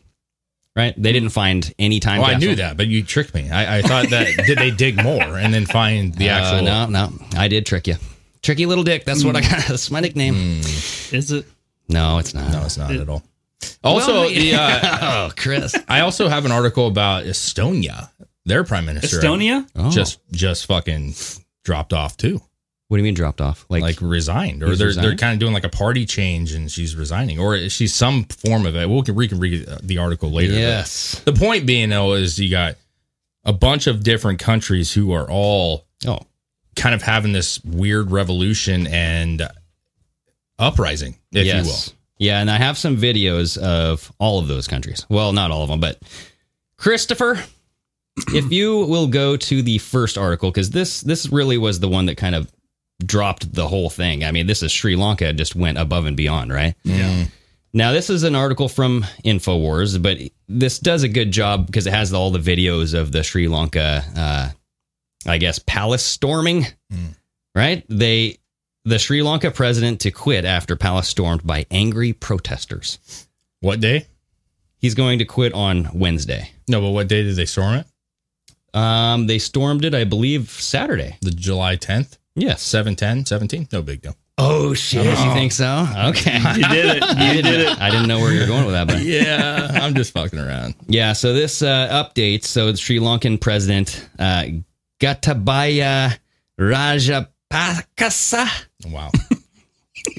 Speaker 7: Right? They didn't find any time.
Speaker 8: Oh, I
Speaker 7: capsule.
Speaker 8: knew that, but you tricked me. I, I thought that did they dig more and then find the
Speaker 7: Uh,
Speaker 8: actual?
Speaker 7: no, no, I did trick you. Tricky little dick. That's what I got. That's my nickname.
Speaker 9: Is it?
Speaker 7: Mm. No, it's not.
Speaker 8: No, it's not at all. Also,
Speaker 7: Well,
Speaker 8: the, uh,
Speaker 7: oh, Chris.
Speaker 8: I also have an article about Estonia. Their prime minister
Speaker 9: Estonia?
Speaker 7: Oh.
Speaker 8: just just fucking dropped off too,
Speaker 7: what do you mean dropped off? Like,
Speaker 8: like resigned, or
Speaker 7: He's
Speaker 8: they're they're
Speaker 7: resigned?
Speaker 8: kind of doing like a party change, and she's resigning, or she's some form of it. We'll we can read uh, the article later. but-
Speaker 7: yes.
Speaker 8: The point being, though, is you got a bunch of different countries who are all
Speaker 7: Oh,
Speaker 8: kind of having this weird revolution and uprising, if you will.
Speaker 7: Yeah, and I have some videos of all of those countries. Well, not all of them, but Christopher, if you will go to the first article because this this really was the one that kind of dropped the whole thing. I mean, this is Sri Lanka just went above and beyond, right?
Speaker 8: Yeah.
Speaker 7: Now, this is an article from Infowars, but this does a good job because it has all the videos of the Sri Lanka, uh, I guess, palace storming. Right? They the Sri Lanka president to quit after palace stormed by angry protesters.
Speaker 8: What day?
Speaker 7: He's going to quit on Wednesday.
Speaker 8: No, but what day did they storm it?
Speaker 7: Um, they stormed it, I believe, Saturday.
Speaker 8: The July 10th,
Speaker 7: Yes.
Speaker 8: 7, 10, 17? No big deal.
Speaker 7: Oh shit! You think so? Okay.
Speaker 9: You did it.
Speaker 7: I
Speaker 9: You
Speaker 7: didn't,
Speaker 9: did it.
Speaker 7: I didn't know where you were going with that, but
Speaker 8: Yeah, I'm just fucking around.
Speaker 7: Yeah, so this uh, update. So the Sri Lankan president uh, Gotabaya Rajapaksa
Speaker 8: Wow.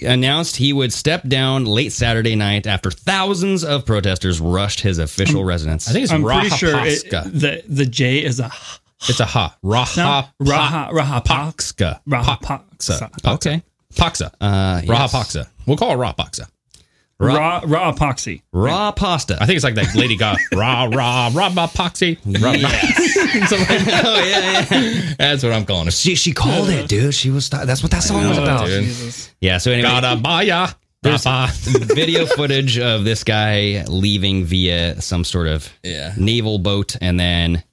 Speaker 7: announced he would step down late Saturday night after thousands of protesters rushed his official residence.
Speaker 8: I think it's
Speaker 9: I'm pretty sure it,
Speaker 8: Rahapaska.
Speaker 9: the the J is a
Speaker 8: it's a ha.
Speaker 9: sound.
Speaker 8: Raha.
Speaker 9: Raha Rahapak
Speaker 8: Paxka.
Speaker 9: Rahapak
Speaker 7: okay.
Speaker 8: Paxa.
Speaker 7: Uh,
Speaker 8: Raha
Speaker 7: yes.
Speaker 8: Paxa. We'll call her Raha Paxa.
Speaker 9: Ra Ra Epoxy.
Speaker 7: Raw pasta.
Speaker 8: I think it's like that Lady Gaga. Rah, rah, rah, bah, poxy. Rah, rah. Something like-
Speaker 7: oh yeah, yeah.
Speaker 8: That's what I'm calling it.
Speaker 7: She she called it, dude. She was that's what that song was
Speaker 8: know,
Speaker 7: about.
Speaker 8: dude.
Speaker 9: Oh, Jesus.
Speaker 7: Yeah. So anyway,
Speaker 8: Gotta buy ya.
Speaker 7: There's-
Speaker 8: Bah, bah.
Speaker 7: video footage of this guy leaving via some sort of
Speaker 8: Yeah.
Speaker 7: naval boat. And then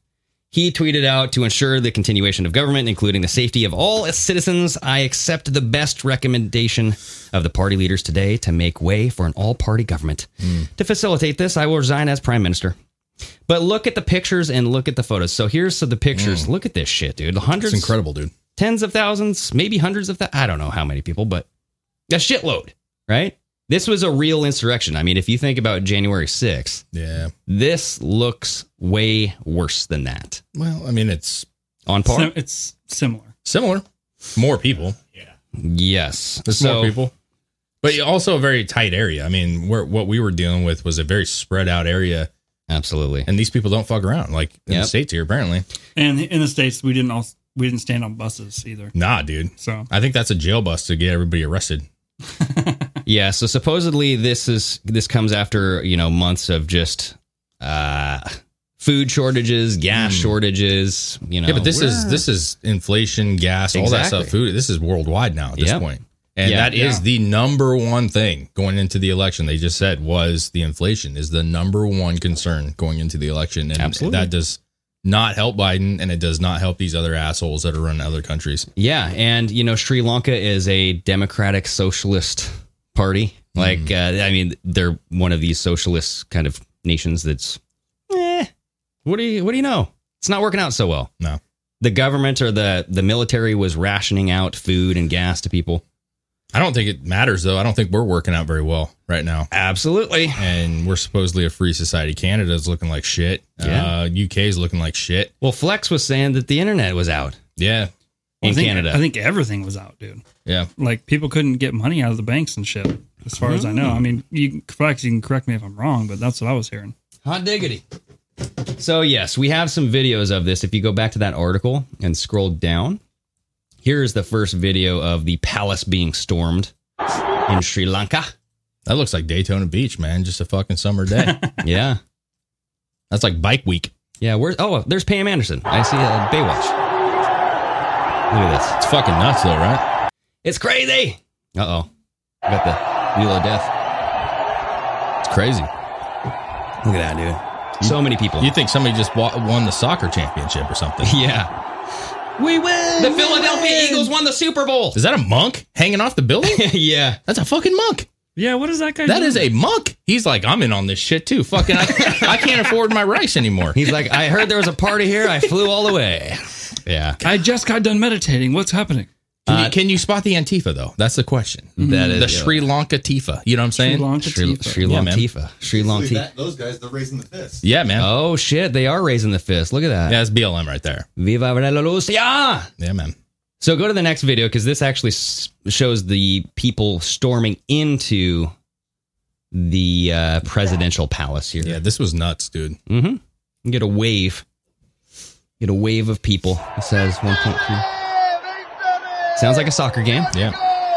Speaker 7: he tweeted out to ensure the continuation of government, including the safety of all its citizens, I accept the best recommendation of the party leaders today to make way for an all party government.
Speaker 8: Hmm.
Speaker 7: To facilitate this, I will resign as prime minister. But look at the pictures and look at the photos. So here's so the pictures. Look at this shit, dude. Hundreds,
Speaker 8: Hmm. It's incredible, dude.
Speaker 7: tens of thousands, maybe hundreds of thou- I don't know how many people, but a shitload, right? This was a real insurrection. I mean, if you think about January 6th,
Speaker 8: Yeah.
Speaker 7: this looks way worse than that.
Speaker 8: Well, I mean, it's
Speaker 7: On par?
Speaker 9: Sim- it's similar.
Speaker 8: similar. More people.
Speaker 7: yes.
Speaker 8: There's
Speaker 7: so
Speaker 8: more people. But also a very tight area. I mean, where what we were dealing with was a very spread out area,
Speaker 7: absolutely.
Speaker 8: and these people don't fuck around like in
Speaker 7: Yep.
Speaker 8: the states here. Apparently,
Speaker 9: And in the states, we didn't all we didn't stand on buses either.
Speaker 8: nah, dude.
Speaker 9: So
Speaker 8: I think that's a jail bus to get everybody arrested.
Speaker 7: Yeah, so supposedly this is this comes after, you know, months of just uh food shortages, gas shortages, you know.
Speaker 8: Hmm. yeah, but this is
Speaker 7: we're-
Speaker 8: this is inflation, gas, all that stuff.
Speaker 7: Exactly.
Speaker 8: Food. This is worldwide now at this
Speaker 7: Yep.
Speaker 8: point. And
Speaker 7: Yeah.
Speaker 8: that is the number one thing going into the election. They just said was the inflation is the number one concern going into the election, and
Speaker 7: Absolutely.
Speaker 8: that does not help Biden, and it does not help these other assholes that are running other countries.
Speaker 7: Yeah, and you know Sri Lanka is a democratic socialist party. Like uh, I mean, they're one of these socialist kind of nations that's eh, what do you what do you know? It's not working out so well.
Speaker 8: No.
Speaker 7: The government or the the military was rationing out food and gas to people.
Speaker 8: I don't think it matters though. I don't think we're working out very well right now.
Speaker 7: Absolutely.
Speaker 8: And we're supposedly a free society. Canada's looking like shit.
Speaker 7: Yeah.
Speaker 8: Uh, UK's looking like shit.
Speaker 7: Well, Flex was saying that the internet was out
Speaker 8: Yeah.
Speaker 7: in
Speaker 9: I think,
Speaker 7: Canada.
Speaker 9: I think everything was out, dude.
Speaker 8: Yeah.
Speaker 9: Like people couldn't get money out of the banks and shit. As far as I know, I
Speaker 8: Hmm.
Speaker 9: mean, you can correct, you can correct me if I'm wrong, but that's what I was hearing.
Speaker 7: Hot diggity. So, yes, we have some videos of this. If you go back to that article and scroll down, here is the first video of the palace being stormed in Sri Lanka.
Speaker 8: That looks like Daytona Beach, man. Just a fucking summer day.
Speaker 7: Yeah.
Speaker 8: That's like bike week.
Speaker 7: Yeah. Where's, oh, there's Pam Anderson. I see uh, Baywatch. Look at this.
Speaker 8: It's fucking nuts though, right?
Speaker 7: It's crazy. Uh oh. Got the wheel of death.
Speaker 8: It's crazy.
Speaker 7: Look at that, dude. So many people.
Speaker 8: You think somebody just wa- won the soccer championship or something?
Speaker 7: Yeah. We win. The Philadelphia Eagles won the Super Bowl.
Speaker 8: Is that a monk hanging off the building?
Speaker 7: yeah.
Speaker 8: That's a fucking monk.
Speaker 9: Yeah, what is that guy?
Speaker 8: That is a monk. He's like, I'm in on this shit too. Fucking, I, I can't afford my rice anymore.
Speaker 7: He's like, I heard there was a party here. I flew all the way.
Speaker 8: Yeah.
Speaker 9: I just got done meditating. What's happening?
Speaker 8: Can, you, can you spot the Antifa though? That's the question.
Speaker 7: That
Speaker 8: the Sri Lanka Tifa. You know what I'm saying?
Speaker 9: Sri Lanka
Speaker 7: Sri,
Speaker 9: Tifa.
Speaker 7: Sri
Speaker 8: Yeah,
Speaker 7: Lanka
Speaker 8: man.
Speaker 7: Tifa. Sri Lanka
Speaker 10: Basically,
Speaker 7: Tifa.
Speaker 10: that- those guys, they're raising the fist.
Speaker 8: Yeah, man.
Speaker 7: Oh shit, they are raising the fist. Look at that.
Speaker 8: Yeah, that's BLM right there.
Speaker 7: Viva Revolución.
Speaker 8: Yeah, man.
Speaker 7: So go to the next video because this actually s- shows the people storming into the uh, presidential palace here.
Speaker 8: Yeah, this was nuts, dude.
Speaker 7: Mm-hmm. You get a wave. You get a wave of people. It says 1.3. Sounds like a soccer game.
Speaker 8: Yeah.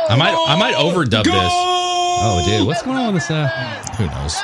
Speaker 8: I might I might overdub this.
Speaker 7: Oh, dude, what's going on with this? Uh,
Speaker 8: Who knows?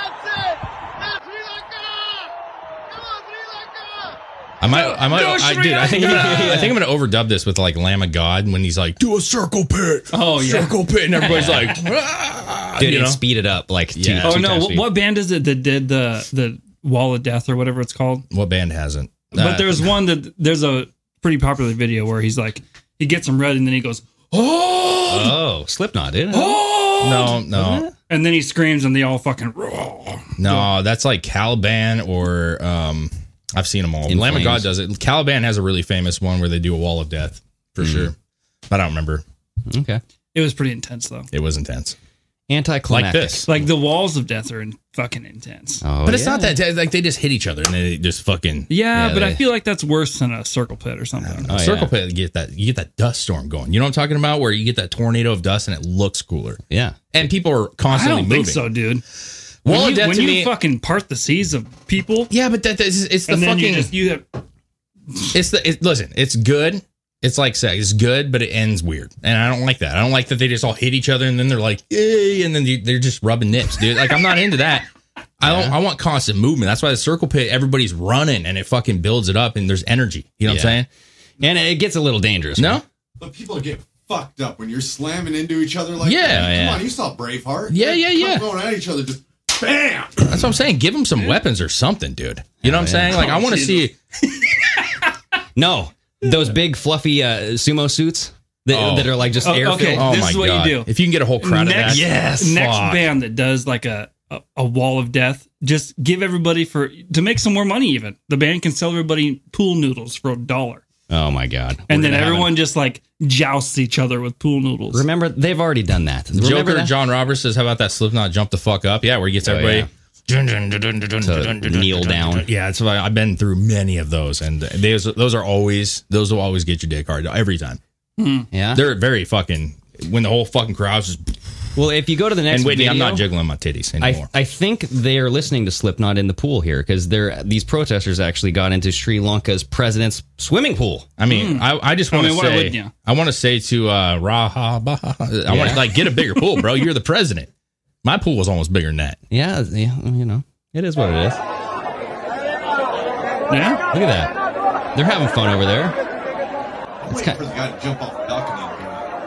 Speaker 8: I might I might I dude, I think I'm gonna, I think I'm gonna overdub this with like Lamb of God when he's like, do a circle pit.
Speaker 9: Oh, yeah.
Speaker 8: Circle pit and everybody's like "Ah,"
Speaker 7: dude,
Speaker 8: you
Speaker 7: it
Speaker 8: know?
Speaker 7: speeded up like two,
Speaker 8: Yeah.
Speaker 7: two
Speaker 9: Oh no!
Speaker 7: times
Speaker 9: What,
Speaker 7: speed.
Speaker 9: what band is it that did the the Wall of Death or whatever it's called?
Speaker 8: What band hasn't? Uh,
Speaker 9: but there's one that there's a pretty popular video where he's like he gets them red and then he goes oh,
Speaker 7: Oh, Slipknot, dude.
Speaker 8: no, no,
Speaker 9: and then he screams and they all fucking roar.
Speaker 8: no. That's like Caliban or um, I've seen them all.
Speaker 7: In
Speaker 8: Lamb of God
Speaker 7: Flames.
Speaker 8: does it. Caliban has a really famous one where they do a wall of death for
Speaker 7: Hmm.
Speaker 8: sure. But I don't remember.
Speaker 7: Okay.
Speaker 9: It was pretty intense though.
Speaker 8: It was intense.
Speaker 7: Anticlimactic.
Speaker 8: Like this.
Speaker 9: Like the walls of death are in, fucking intense.
Speaker 7: Oh,
Speaker 8: But it's
Speaker 7: yeah.
Speaker 8: not that it's like they just hit each other and they just fucking
Speaker 9: yeah,
Speaker 7: Yeah,
Speaker 9: but I
Speaker 7: they-
Speaker 9: feel like that's worse than a circle pit or something.
Speaker 7: Oh,
Speaker 8: circle
Speaker 7: yeah.
Speaker 8: pit. Get that you get that dust storm going. You know what I'm talking about? Where you get that tornado of dust and it looks cooler.
Speaker 7: Yeah.
Speaker 8: And people are
Speaker 9: I
Speaker 8: constantly
Speaker 9: don't
Speaker 8: moving.
Speaker 9: think so, dude.
Speaker 8: Wall
Speaker 9: when
Speaker 8: of
Speaker 9: you,
Speaker 8: death
Speaker 9: when
Speaker 8: to
Speaker 9: you
Speaker 8: me.
Speaker 9: fucking part the seas of people,
Speaker 8: yeah, but that, that's- it's the
Speaker 9: and then you
Speaker 8: fucking.
Speaker 9: just you have
Speaker 8: it's the it, listen. It's good. It's like sex. It's good, but it ends weird, and I don't like that. I don't like that they just all hit each other and then they're like, yay, and then you, they're just rubbing nips, dude. Like I'm not into that. I don't. I want constant movement. That's why the circle pit. Everybody's running and it fucking builds it up and there's energy. You know what I'm saying?
Speaker 7: And it gets a little dangerous.
Speaker 8: No.
Speaker 10: But people get fucked up when you're slamming into each other like
Speaker 8: Yeah,
Speaker 10: that. Come
Speaker 8: yeah.
Speaker 10: on, you saw Braveheart.
Speaker 8: Yeah, yeah,
Speaker 10: They're
Speaker 8: yeah.
Speaker 10: Going at each other, just bam.
Speaker 8: That's what I'm saying. Give them some weapons or something, dude. You know what I'm saying? Like, I want to see.
Speaker 7: No. Those big fluffy uh, sumo suits that,
Speaker 8: Oh.
Speaker 7: that are like just
Speaker 9: Oh,
Speaker 7: air
Speaker 9: okay.
Speaker 7: filled.
Speaker 8: Oh
Speaker 9: This
Speaker 8: my
Speaker 9: is what you
Speaker 8: god!
Speaker 9: do.
Speaker 8: If you can get a whole crowd
Speaker 9: next,
Speaker 8: of that,
Speaker 9: next
Speaker 8: fuck.
Speaker 9: band that does like a, a a wall of death, just give everybody for to make some more money. Even the band can sell everybody pool noodles for a dollar.
Speaker 7: Oh my god!
Speaker 9: and
Speaker 7: We're
Speaker 9: then
Speaker 7: gonna have an-
Speaker 9: everyone just like jousts each other with pool noodles.
Speaker 7: remember they've already done that. Remember
Speaker 8: Joker
Speaker 7: that?
Speaker 8: John Roberts says, "How about that Slipknot jump the fuck up?" Yeah, where he gets
Speaker 7: Oh,
Speaker 8: everybody.
Speaker 7: yeah.
Speaker 8: dun, dun, dun, dun, dun, dun,
Speaker 7: To
Speaker 8: dun, dun, dun,
Speaker 7: kneel
Speaker 8: dun, dun,
Speaker 7: down.
Speaker 8: dun. Yeah, that's why I've been through many of those, and those those are always those will always get your dick hard every time.
Speaker 7: Yeah.
Speaker 8: They're very fucking when the whole fucking crowd's just
Speaker 7: well, if you go to the next
Speaker 8: and Whitney, I'm
Speaker 7: video-
Speaker 8: not jiggling my titties
Speaker 7: I,
Speaker 8: anymore.
Speaker 7: I think they are listening to Slipknot in the pool here because they're these protesters actually got into Sri Lanka's president's swimming pool.
Speaker 8: I mean, I, I just want
Speaker 9: I
Speaker 8: to
Speaker 9: mean, why wouldn't
Speaker 8: say,
Speaker 9: ya?
Speaker 8: I want to say to uh, Raha, Baha, I want
Speaker 7: Yeah.
Speaker 8: to like get a bigger pool, bro. You're the president. My pool was almost bigger than that.
Speaker 7: Yeah, yeah, you know, it is what it is.
Speaker 9: yeah.
Speaker 7: Look at that. They're having fun over there.
Speaker 10: I'm waiting
Speaker 7: kind-
Speaker 10: for the guy to jump off the balcony.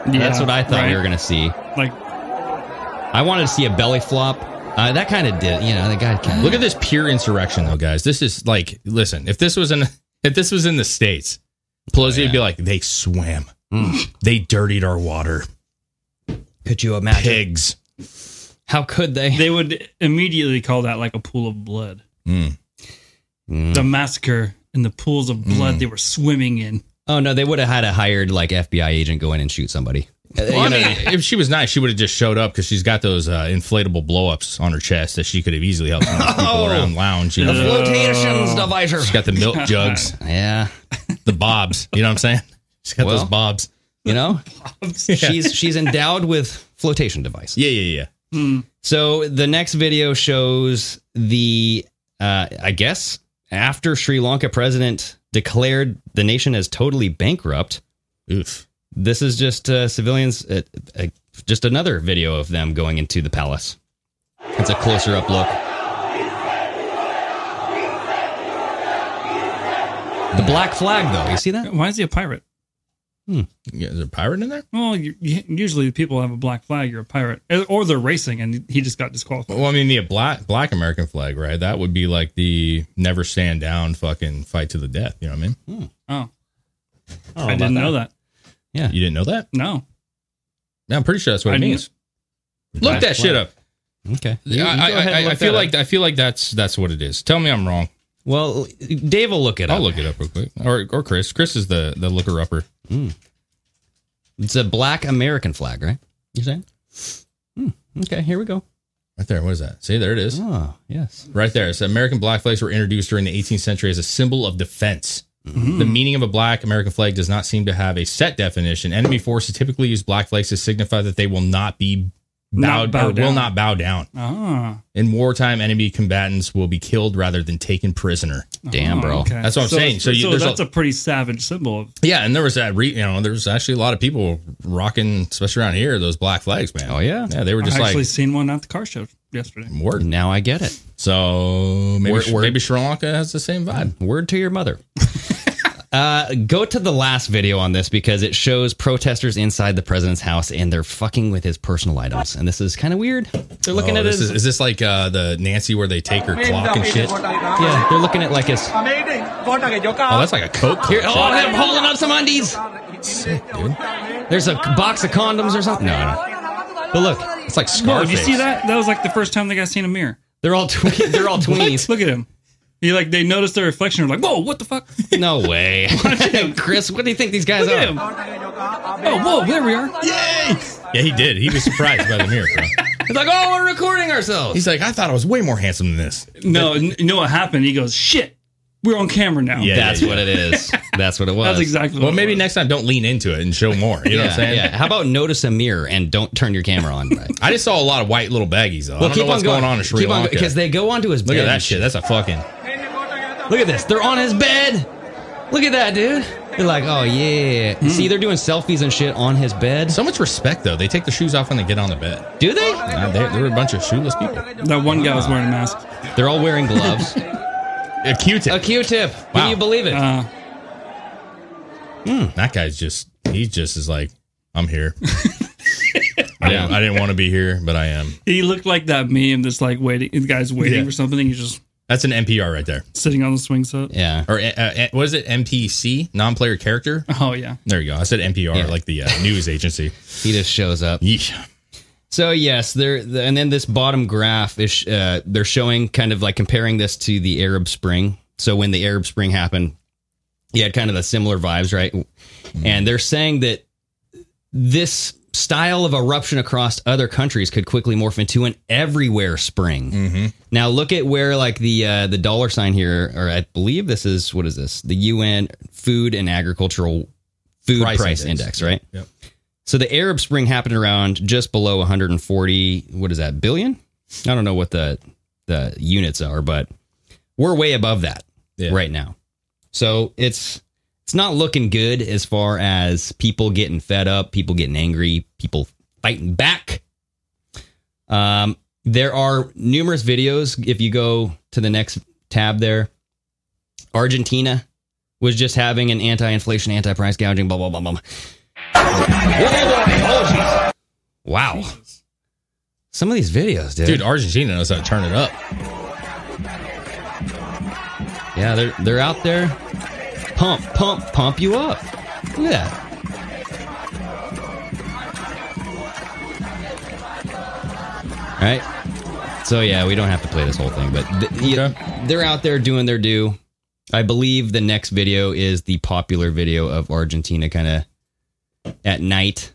Speaker 10: and go,
Speaker 9: yeah,
Speaker 7: That's what I thought we
Speaker 9: right?
Speaker 7: were going to see.
Speaker 9: Like,
Speaker 7: I wanted to see a belly flop. Uh, that kind of did, you know, the guy kind of.
Speaker 8: Look at this pure insurrection, though, guys. This is like, listen, if this was in if this was in the states, Pelosi would be like, they swam, they dirtied our water,
Speaker 7: Could you imagine?
Speaker 8: pigs.
Speaker 7: How could they?
Speaker 9: they would immediately call that like a pool of blood.
Speaker 7: Hmm.
Speaker 9: The massacre in the pools of
Speaker 7: Hmm.
Speaker 9: blood they were swimming in.
Speaker 7: Oh, no, they would have had a hired, like, FBI agent go in and shoot somebody. Uh,
Speaker 8: Well,
Speaker 7: you
Speaker 8: I
Speaker 7: know,
Speaker 8: mean, if she was nice, she would have just showed up because she's got those uh, inflatable blow ups on her chest that she could have easily helped some of those people around lounge. You know?
Speaker 7: flotations divisor.
Speaker 8: She's got the milk jugs,
Speaker 7: Yeah.
Speaker 8: the bobs. You know what I'm saying? She's got
Speaker 7: Well.
Speaker 8: those bobs.
Speaker 7: You know, she's she's endowed with flotation device.
Speaker 8: Yeah, yeah, yeah.
Speaker 9: Hmm.
Speaker 7: So the next video shows the, uh, I guess, after Sri Lanka president declared the nation as totally bankrupt.
Speaker 8: Oof.
Speaker 7: This is just uh, civilians, uh, uh, just another video of them going into the palace. It's a closer up look. The black flag, though, you see that?
Speaker 9: Why is he a pirate?
Speaker 8: Yeah, is there a pirate in there?
Speaker 9: Well, you, you, usually people have a black flag. You're a pirate, or they're racing, and he just got disqualified.
Speaker 8: Well, I mean, the black black American flag, right? That would be like the never stand down, fucking fight to the death. You know what I mean?
Speaker 9: Oh,
Speaker 7: don't
Speaker 8: Oh,
Speaker 9: I,
Speaker 7: know
Speaker 9: didn't
Speaker 7: Oh, about
Speaker 9: know that.
Speaker 8: You didn't know that?
Speaker 9: No,
Speaker 8: Yeah, I'm pretty sure that's what
Speaker 9: I
Speaker 8: it
Speaker 9: knew-
Speaker 8: means. Look that shit up.
Speaker 7: Okay. You- you
Speaker 8: Yeah,
Speaker 7: go ahead and
Speaker 8: I, I,
Speaker 7: look
Speaker 8: I feel
Speaker 7: that up.
Speaker 8: like I feel like that's that's what it is. Tell me I'm wrong.
Speaker 7: Well, Dave will look it up.
Speaker 8: I'll look it up real quick. Or or Chris. Chris is the the looker upper.
Speaker 7: It's a black American flag, right? You're saying? Hmm. Okay, here we go.
Speaker 8: Right there. What is that? See, there it is.
Speaker 7: Oh, yes.
Speaker 8: Right there. So American black flags were introduced during the 18th century as a symbol of defense. The
Speaker 7: Mm-hmm.
Speaker 8: meaning of a black American flag does not seem to have a set definition. Enemy forces typically use black flags to signify that they will not be bowed
Speaker 9: Not bow
Speaker 8: or will
Speaker 9: down.
Speaker 8: not bow down.
Speaker 9: ah,
Speaker 8: In wartime, enemy combatants will be killed rather than taken prisoner.
Speaker 9: Oh.
Speaker 7: Damn, bro.
Speaker 8: That's what I'm saying. So you- there's a-
Speaker 9: that's a, pretty savage symbol. Of,
Speaker 8: Yeah, and there was that. Re, you know, there was actually a lot of people rocking, especially around here, those black flags, man.
Speaker 7: Oh, yeah?
Speaker 8: yeah. They were just
Speaker 9: I actually
Speaker 8: like
Speaker 9: seen one at the car show yesterday.
Speaker 8: word.
Speaker 7: Now I get it.
Speaker 8: So maybe,
Speaker 7: Word- word.
Speaker 8: maybe Sri Lanka has the same vibe.
Speaker 7: Word to your mother. uh, go to the last video on this because it shows protesters inside the president's house and they're fucking with his personal items. And this is kind of weird. They're looking
Speaker 8: Oh,
Speaker 7: at
Speaker 8: this
Speaker 7: his.
Speaker 8: is, is this like uh, the Nancy where they take her clock and shit? Oh,
Speaker 7: yeah, they're looking at like his.
Speaker 8: that's like a coke.
Speaker 7: Here,
Speaker 8: commercial.
Speaker 7: oh, they're holding up some undies. There's a box of condoms or something. No, no. But look,
Speaker 8: it's like
Speaker 9: Whoa,
Speaker 8: Scarface.
Speaker 9: did you see that? That was like the first time the guy seen a mirror.
Speaker 7: they're all twe- they're all tweenies.
Speaker 9: Look at him. He like they noticed their reflection. They're like, whoa, what the fuck?
Speaker 7: No way. Chris, what do you think these guys
Speaker 9: Look
Speaker 7: are?
Speaker 9: at him. Oh, whoa, there we are.
Speaker 8: Yeah, he did. He was surprised by the mirror. Bro.
Speaker 7: It's like, oh, we're recording ourselves.
Speaker 8: He's like, I thought I was way more handsome than this.
Speaker 9: No, n- you know what happened? He goes, shit, we're on camera now.
Speaker 8: Yeah.
Speaker 7: That's what it is. That's what it was.
Speaker 9: That's exactly
Speaker 8: Well,
Speaker 9: what
Speaker 8: maybe
Speaker 9: it was.
Speaker 8: next time, don't lean into it and show more. You know
Speaker 7: yeah,
Speaker 8: what I'm saying?
Speaker 7: yeah. How about notice a mirror and don't turn your camera on? Right.
Speaker 8: I just saw a lot of white little baggies though. I don't know what's going on in Sri
Speaker 7: Keep on
Speaker 8: Lanka.
Speaker 7: because they go onto his bed.
Speaker 8: Look at that
Speaker 7: and
Speaker 8: shit. That's a fucking.
Speaker 7: Look at this. They're on his bed. Look at that, dude. They're like, oh yeah. See, they're doing selfies and shit on his bed.
Speaker 8: Hmm. So Oh, much respect though. They take their shoes off when they get on the bed.
Speaker 7: Do they?
Speaker 8: Nah, they, they were a bunch of shoeless people.
Speaker 9: That one guy was wearing a mask.
Speaker 7: They're all wearing gloves.
Speaker 8: A Q-tip.
Speaker 7: a Q-tip. Can
Speaker 8: Wow.
Speaker 7: you believe it?
Speaker 9: Uh,
Speaker 8: That guy's just. He just is like, I'm here. I didn't, I didn't want to be here, but I am.
Speaker 9: he looked like that meme that's like waiting. The guy's waiting
Speaker 8: Yeah.
Speaker 9: for something. He's just
Speaker 8: That's an NPR right there.
Speaker 9: sitting on the swing set.
Speaker 7: yeah.
Speaker 8: Or uh, uh, what is it? NPC, non-player character.
Speaker 9: Oh yeah.
Speaker 8: There you go. I said NPR,
Speaker 7: Yeah.
Speaker 8: like the uh, news agency.
Speaker 7: He just shows up.
Speaker 8: Yeesh.
Speaker 7: So yes, there and then this bottom graph is uh, they're showing kind of like comparing this to the Arab Spring. So when the Arab Spring happened, you had kind of the similar vibes, right? And they're saying that this style of eruption across other countries could quickly morph into an everywhere spring.
Speaker 8: Mm-hmm.
Speaker 7: Now look at where like the uh, the dollar sign here, or I believe this is what is this? The UN Food and Agricultural Food Price, Index, right?
Speaker 8: Yep.
Speaker 7: So the Arab Spring happened around just below 140. What is that billion? I don't know what the the units are, but we're way above that
Speaker 8: Yeah.
Speaker 7: right now. So it's it's not looking good as far as people getting fed up, people getting angry, people fighting back. Um, there are numerous videos. If you go to the next tab, there, Argentina was just having an anti-inflation, anti-price gouging, blah blah blah blah. blah. Wow, some of these videos, dude.
Speaker 8: Dude, Argentina knows how to turn it up.
Speaker 7: Yeah, they're they're out there. Pump, pump, pump you up. Look at that. Right? So yeah, we don't have to play this whole thing, but th- you know, they're out there doing their due. I believe the next video is the popular video of Argentina kind of at night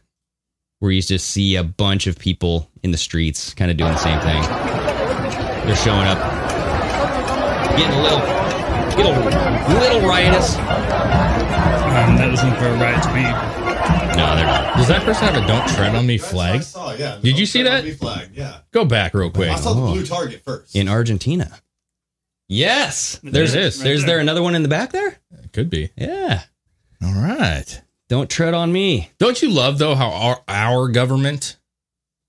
Speaker 7: where you just see a bunch of people in the streets kind of doing the same thing. They're showing up getting a little, little, little riotous.
Speaker 9: Um, that doesn't feel right to me.
Speaker 7: No, they're not.
Speaker 8: Does that person have a "Don't Tread on Me" flag?
Speaker 10: That's what I saw, yeah.
Speaker 8: Did you see that?
Speaker 10: Me flag, yeah.
Speaker 8: Go back real quick.
Speaker 10: I saw the
Speaker 7: Oh.
Speaker 10: blue target first.
Speaker 7: in Argentina. Yes, there's
Speaker 9: There it
Speaker 7: this.
Speaker 9: is, right
Speaker 7: there's there.
Speaker 9: there.
Speaker 7: another one in the back there.
Speaker 8: Could be.
Speaker 7: Yeah.
Speaker 8: All right.
Speaker 7: Don't tread on me.
Speaker 8: Don't you love though how our, our government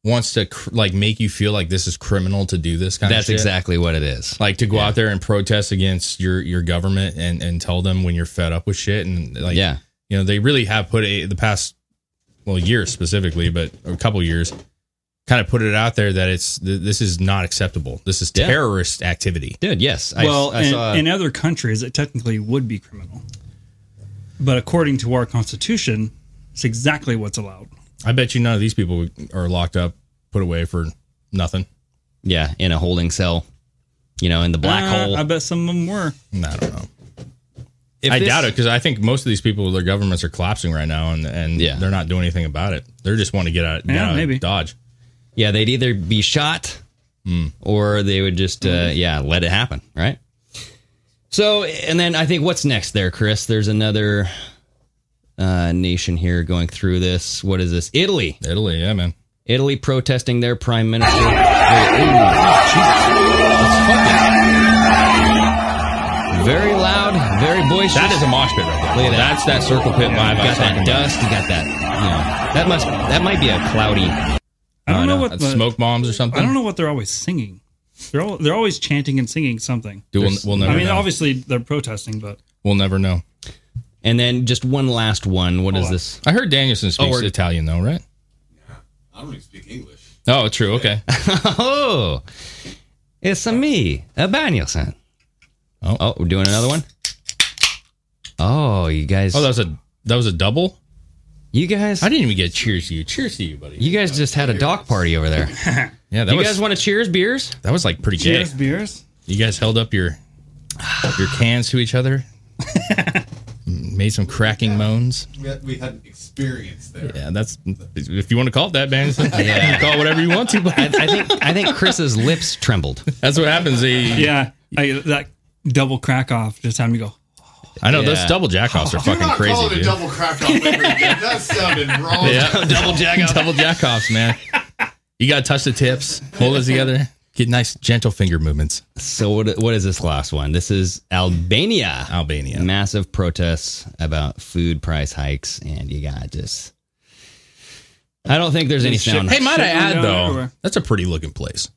Speaker 8: wants to cr- like make you feel like this is criminal to do this kind of
Speaker 7: That's
Speaker 8: shit?
Speaker 7: exactly what it is.
Speaker 8: like to go out there and protest against your your government and and tell them when you're fed up with shit and like
Speaker 7: yeah.
Speaker 8: you know they really have put a, the past well years specifically but a couple years kind of put it out there that it's th- this is not acceptable this is
Speaker 7: Yeah.
Speaker 8: terrorist activity
Speaker 7: Dude, yes.
Speaker 9: well,
Speaker 7: I, I
Speaker 9: in,
Speaker 7: saw
Speaker 9: in other countries, it technically would be criminal, but according to our constitution, it's exactly what's allowed.
Speaker 8: i bet you none of these people are locked up put away for nothing
Speaker 7: yeah, in a holding cell, you know, in the black
Speaker 9: Uh,
Speaker 7: hole.
Speaker 9: I bet some of them were.
Speaker 8: i don't know
Speaker 7: If
Speaker 8: I
Speaker 7: this-
Speaker 8: doubt it because I think most of these people, their governments are collapsing right now, and and
Speaker 7: Yeah.
Speaker 8: they're not doing anything about it. They're just wanting to get out, get
Speaker 9: Yeah,
Speaker 8: out of
Speaker 9: maybe.
Speaker 8: Dodge.
Speaker 7: Yeah, they'd either be shot Hmm. or they would just, uh, yeah, let it happen, right? So, and then I think what's next there, Chris? There's another uh, nation here going through this. What is this? Italy.
Speaker 8: Italy, yeah, man.
Speaker 7: Italy protesting their prime minister. Wait, ooh, Jesus. That's fucking- Very loud, very boisterous.
Speaker 8: That is a mosh pit right there.
Speaker 7: Look at that.
Speaker 8: That's that circle pit
Speaker 7: you
Speaker 8: vibe. I
Speaker 7: got
Speaker 8: was
Speaker 7: that
Speaker 8: talking about.
Speaker 7: dust. You got that. You know, that must. That might be a cloudy.
Speaker 9: I don't know
Speaker 8: No,
Speaker 9: what
Speaker 8: that's
Speaker 9: the,
Speaker 8: smoke bombs or something.
Speaker 9: I don't know what they're always singing. They're all, they're always chanting and singing something.
Speaker 8: Dude, we'll,
Speaker 7: There's-
Speaker 8: we'll never.
Speaker 9: I mean,
Speaker 8: know.
Speaker 9: obviously they're protesting, but
Speaker 8: we'll never know.
Speaker 7: And then just one last one. What is this?
Speaker 8: I heard Danielson speaks
Speaker 7: or-
Speaker 8: Italian though, right?
Speaker 10: I don't even speak English.
Speaker 8: Oh, true. Okay.
Speaker 7: Oh, it's a me, a Danielson.
Speaker 8: Oh.
Speaker 7: Oh, we're doing another one. Oh, you guys.
Speaker 8: Oh, that was a that was a double.
Speaker 7: you guys.
Speaker 8: I didn't even get cheers to you. Cheers to you, buddy.
Speaker 7: You guys just had a dock party over there.
Speaker 8: Yeah, that
Speaker 7: You
Speaker 8: was
Speaker 7: guys want to cheers beers?
Speaker 8: that was like pretty gay.
Speaker 9: beers.
Speaker 8: You guys held up your your cans to each other. Made some cracking moans.
Speaker 10: We had, we had an experience there.
Speaker 8: Yeah, that's if you want to call it that, man. You can call it whatever you want to, but
Speaker 7: I, I think I think Chris's lips trembled.
Speaker 8: that's what happens. eh? They,
Speaker 9: Yeah, I, that double crack off just had me go.
Speaker 8: I know those
Speaker 7: Yeah.
Speaker 8: double jackoffs are
Speaker 10: Do
Speaker 8: fucking
Speaker 10: not
Speaker 8: crazy,
Speaker 10: call it a
Speaker 8: dude.
Speaker 10: double crack off. every day. that sounded wrong.
Speaker 8: yeah, double jackoffs, double jackoffs, man. You gotta touch the tips, hold it together, get nice gentle finger movements.
Speaker 7: So what what is this last one? This is Albania.
Speaker 8: Albania.
Speaker 7: Massive protests about food price hikes, and you got just. I don't think there's any sound.
Speaker 8: Hey, might I
Speaker 9: Shit going
Speaker 8: add
Speaker 9: down
Speaker 8: though,
Speaker 9: everywhere.
Speaker 8: that's a pretty looking place.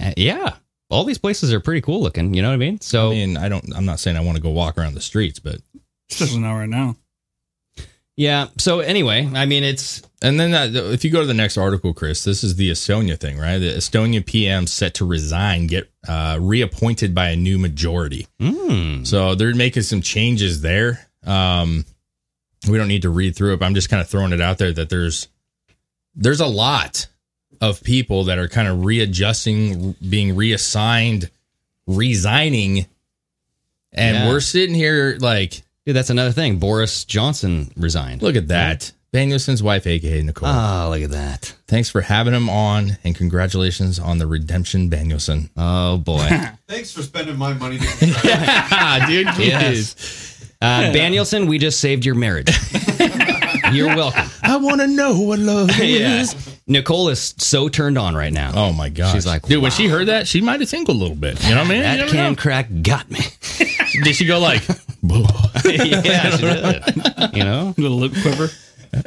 Speaker 7: Uh, yeah, all these places are pretty cool looking. You know what I mean? So
Speaker 8: I mean, I don't. I'm not saying I want to go walk around the streets, but
Speaker 9: Especially now, right now.
Speaker 7: yeah. So anyway, I mean, it's
Speaker 8: and then that, if you go to the next article, Chris, this is the Estonia thing, right? The Estonia PM set to resign, get uh, reappointed by a new majority.
Speaker 7: mm,
Speaker 8: So they're making some changes there. Um, we don't need to read through it, but I'm just kind of throwing it out there that there's there's a lot of people that are kind of readjusting, being reassigned, resigning, and
Speaker 7: Yeah.
Speaker 8: we're sitting here like
Speaker 7: Dude, that's another thing. Boris Johnson resigned.
Speaker 8: Look at that. Danielson's wife, aka Nicole.
Speaker 7: Ah, look at that.
Speaker 8: Thanks for having him on, and congratulations on the redemption, Danielson.
Speaker 7: Oh boy.
Speaker 10: Thanks for spending my money. To-
Speaker 8: Ah, dude,
Speaker 7: Yes. Uh, Danielson, we just saved your marriage. You're welcome.
Speaker 8: I want to know what love is.
Speaker 7: Nicole is so turned on right now.
Speaker 8: Oh my gosh.
Speaker 7: She's like,
Speaker 8: dude, when
Speaker 7: wow.
Speaker 8: she heard that, she might have tingled a little bit. You know what I mean? You
Speaker 7: that
Speaker 8: never
Speaker 7: can
Speaker 8: know.
Speaker 7: crack got me.
Speaker 8: Did she go like, "Boo."
Speaker 7: yeah, she did. You know?
Speaker 9: Little lip quiver.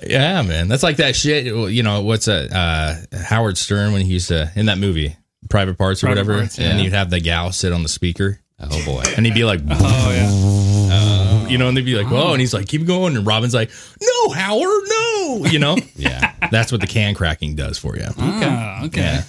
Speaker 8: yeah, man. That's like that shit. You know, what's a, uh, Howard Stern when he used to, in that movie, Private Parts or
Speaker 9: Private
Speaker 8: whatever,
Speaker 9: Parts,
Speaker 8: and you'd have the gal sit on the speaker.
Speaker 7: Oh boy.
Speaker 8: And he'd be like,
Speaker 9: Oh yeah.
Speaker 8: you know, and they'd be like, "Whoa!" And he's like, "Keep going." And Robin's like, "No, Howard, no!" You know,
Speaker 7: Yeah.
Speaker 8: that's what the can cracking does for you.
Speaker 9: Ah, okay.
Speaker 8: Yeah.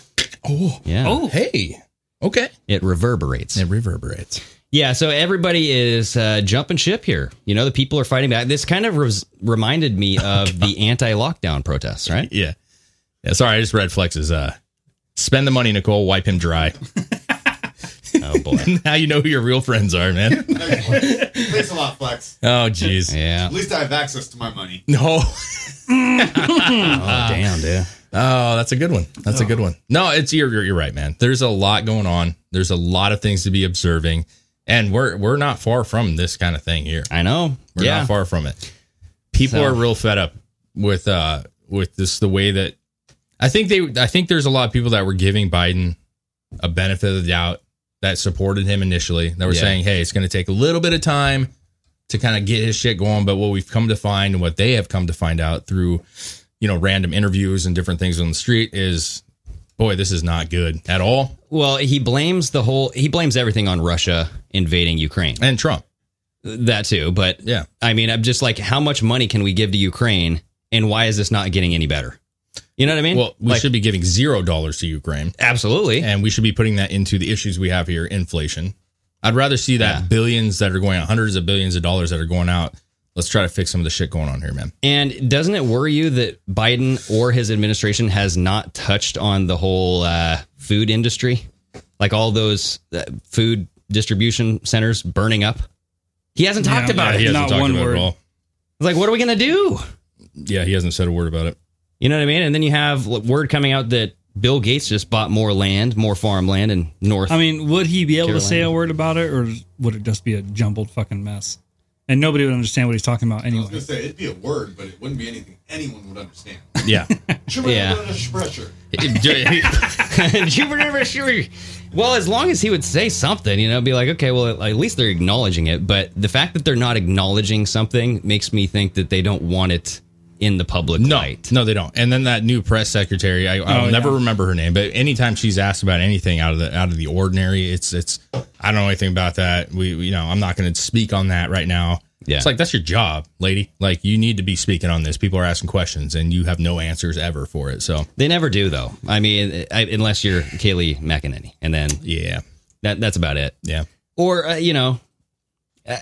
Speaker 8: Oh,
Speaker 7: Yeah.
Speaker 9: Oh.
Speaker 8: hey, okay.
Speaker 7: It reverberates.
Speaker 8: It reverberates.
Speaker 7: Yeah, so everybody is uh, jumping ship here. You know, the people are fighting back. This kind of res- reminded me
Speaker 8: Oh,
Speaker 7: of the anti-lockdown protests, right?
Speaker 8: Yeah. Yeah. Sorry, I just read Flex's. Uh, spend the money, Nicole. Wipe him dry.
Speaker 7: Oh boy.
Speaker 8: now you know who your real friends are, man.
Speaker 10: Thanks a lot, Flex.
Speaker 8: oh, jeez.
Speaker 7: Yeah.
Speaker 10: At least I have access to my money.
Speaker 8: No.
Speaker 7: Oh damn, dude.
Speaker 8: Oh, that's a good one. That's a good one. No, it's you're, you're you're right, man. There's a lot going on. There's a lot of things to be observing, and we're we're not far from this kind of thing here.
Speaker 7: I know.
Speaker 8: We're
Speaker 7: yeah.
Speaker 8: not far from it. People
Speaker 7: So-
Speaker 8: are real fed up with uh with this the way that I think they I think there's a lot of people that were giving Biden a benefit of the doubt that supported him initially that were
Speaker 7: Yeah.
Speaker 8: saying, "Hey, it's going to take a little bit of time to kind of get his shit going." But what we've come to find and what they have come to find out through you know random interviews and different things on the street is boy, this is not good at all.
Speaker 7: Well, he blames the whole he blames everything on Russia invading Ukraine.
Speaker 8: And Trump,
Speaker 7: That too, but
Speaker 8: yeah.
Speaker 7: I mean, I'm just like how much money can we give to Ukraine and why is this not getting any better? You know what I mean?
Speaker 8: Well, we
Speaker 7: Like,
Speaker 8: should be giving zero dollars to Ukraine.
Speaker 7: absolutely.
Speaker 8: and we should be putting that into the issues we have here inflation i'd rather see that
Speaker 7: Yeah.
Speaker 8: billions that are going out hundreds of billions of dollars that are going out let's try to fix some of the shit going on here man
Speaker 7: And doesn't it worry you that Biden or his administration has not touched on the whole uh, food industry, like all those uh, food distribution centers burning up? He hasn't talked
Speaker 9: Yeah.
Speaker 7: about it.
Speaker 8: Uh, he hasn't
Speaker 9: Not
Speaker 8: talked
Speaker 9: one
Speaker 8: about
Speaker 9: word.
Speaker 8: it at all
Speaker 7: It's like, what are we gonna do?
Speaker 8: yeah he hasn't said a word about it
Speaker 7: You know what I mean? And then you have l- word coming out that Bill Gates just bought more land, more farmland in North.
Speaker 9: I mean, would he be able to say a
Speaker 7: Carolina.
Speaker 9: word about it, or would it just be a jumbled fucking mess? And nobody would understand what he's talking about
Speaker 10: I was
Speaker 9: anyway.
Speaker 10: gonna say it'd be a word, but it wouldn't be anything anyone would understand.
Speaker 8: yeah
Speaker 7: Yeah.
Speaker 10: Pressure.
Speaker 7: you were never sure. Well, as long as he would say something, you know, be like, okay, well, at least they're acknowledging it. But the fact that they're not acknowledging something makes me think that they don't want it in the public
Speaker 8: no
Speaker 7: light.
Speaker 8: no they don't and then that new press secretary i, i'll
Speaker 9: Oh,
Speaker 8: never
Speaker 9: yeah.
Speaker 8: remember her name but anytime she's asked about anything out of the out of the ordinary it's it's i don't know anything about that we we- you know i'm not going to speak on that right now
Speaker 7: Yeah.
Speaker 8: it's like that's your job lady like you need to be speaking on this people are asking questions and you have no answers ever for it so
Speaker 7: They never do, though. I mean, I, unless you're Kaylee McEnany, and then
Speaker 8: Yeah.
Speaker 7: that, that's about it.
Speaker 8: Yeah.
Speaker 7: Or uh, you know, uh,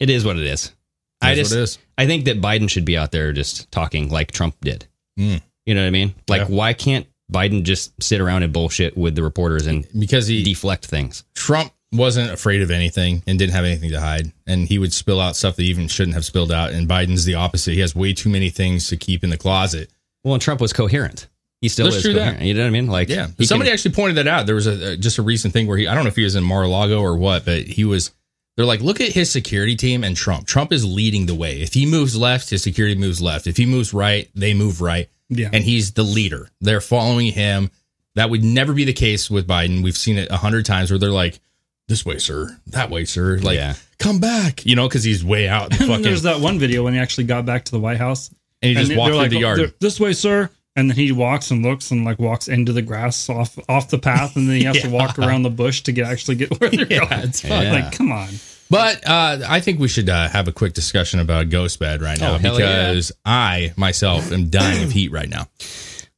Speaker 7: it is what it is. I
Speaker 8: It is
Speaker 7: just,
Speaker 8: what it is.
Speaker 7: I think that Biden should be out there just talking like Trump did.
Speaker 8: Mm.
Speaker 7: You know what I mean? Like,
Speaker 8: Yeah.
Speaker 7: why can't Biden just sit around and bullshit with the reporters and
Speaker 8: Because he
Speaker 7: deflect things?
Speaker 8: Trump wasn't afraid of anything and didn't have anything to hide. And he would spill out stuff that he even shouldn't have spilled out. And Biden's the opposite. He has way too many things to keep in the closet.
Speaker 7: Well, and Trump was coherent. He still
Speaker 8: Let's
Speaker 7: is
Speaker 8: do that.
Speaker 7: coherent. You know what I mean? Like,
Speaker 8: Yeah.
Speaker 7: he
Speaker 8: Somebody
Speaker 7: can-
Speaker 8: actually pointed that out. There was a, a- just a recent thing where he I don't know if he was in Mar-a-Lago or what, but he was they're like, look at his security team and Trump. Trump is leading the way. If he moves left, his security moves left. If he moves right, they move right.
Speaker 9: Yeah.
Speaker 8: and he's the leader. They're following him. That would never be the case with Biden. We've seen it a hundred times where they're like, "This way, sir. That way, sir. Like,
Speaker 7: Yeah.
Speaker 8: come back." You know, because he's way out. In the
Speaker 9: And
Speaker 8: fucking,
Speaker 9: there's that one video when he actually got back to the White House.
Speaker 8: and he just
Speaker 9: and
Speaker 8: walked
Speaker 9: they're
Speaker 8: through
Speaker 9: like, "Oh,
Speaker 8: the yard.
Speaker 9: "They're- This way, sir. And then he walks and looks and like walks into the grass off off the path, and then he has to walk around the bush to get actually get where they're
Speaker 8: Yeah,
Speaker 9: going.
Speaker 8: it's fucked.
Speaker 9: Like, come on.
Speaker 8: But uh, I think we should uh, have a quick discussion about Ghost Bed right now
Speaker 7: Oh, hell yeah.
Speaker 8: because I myself am dying of heat right now.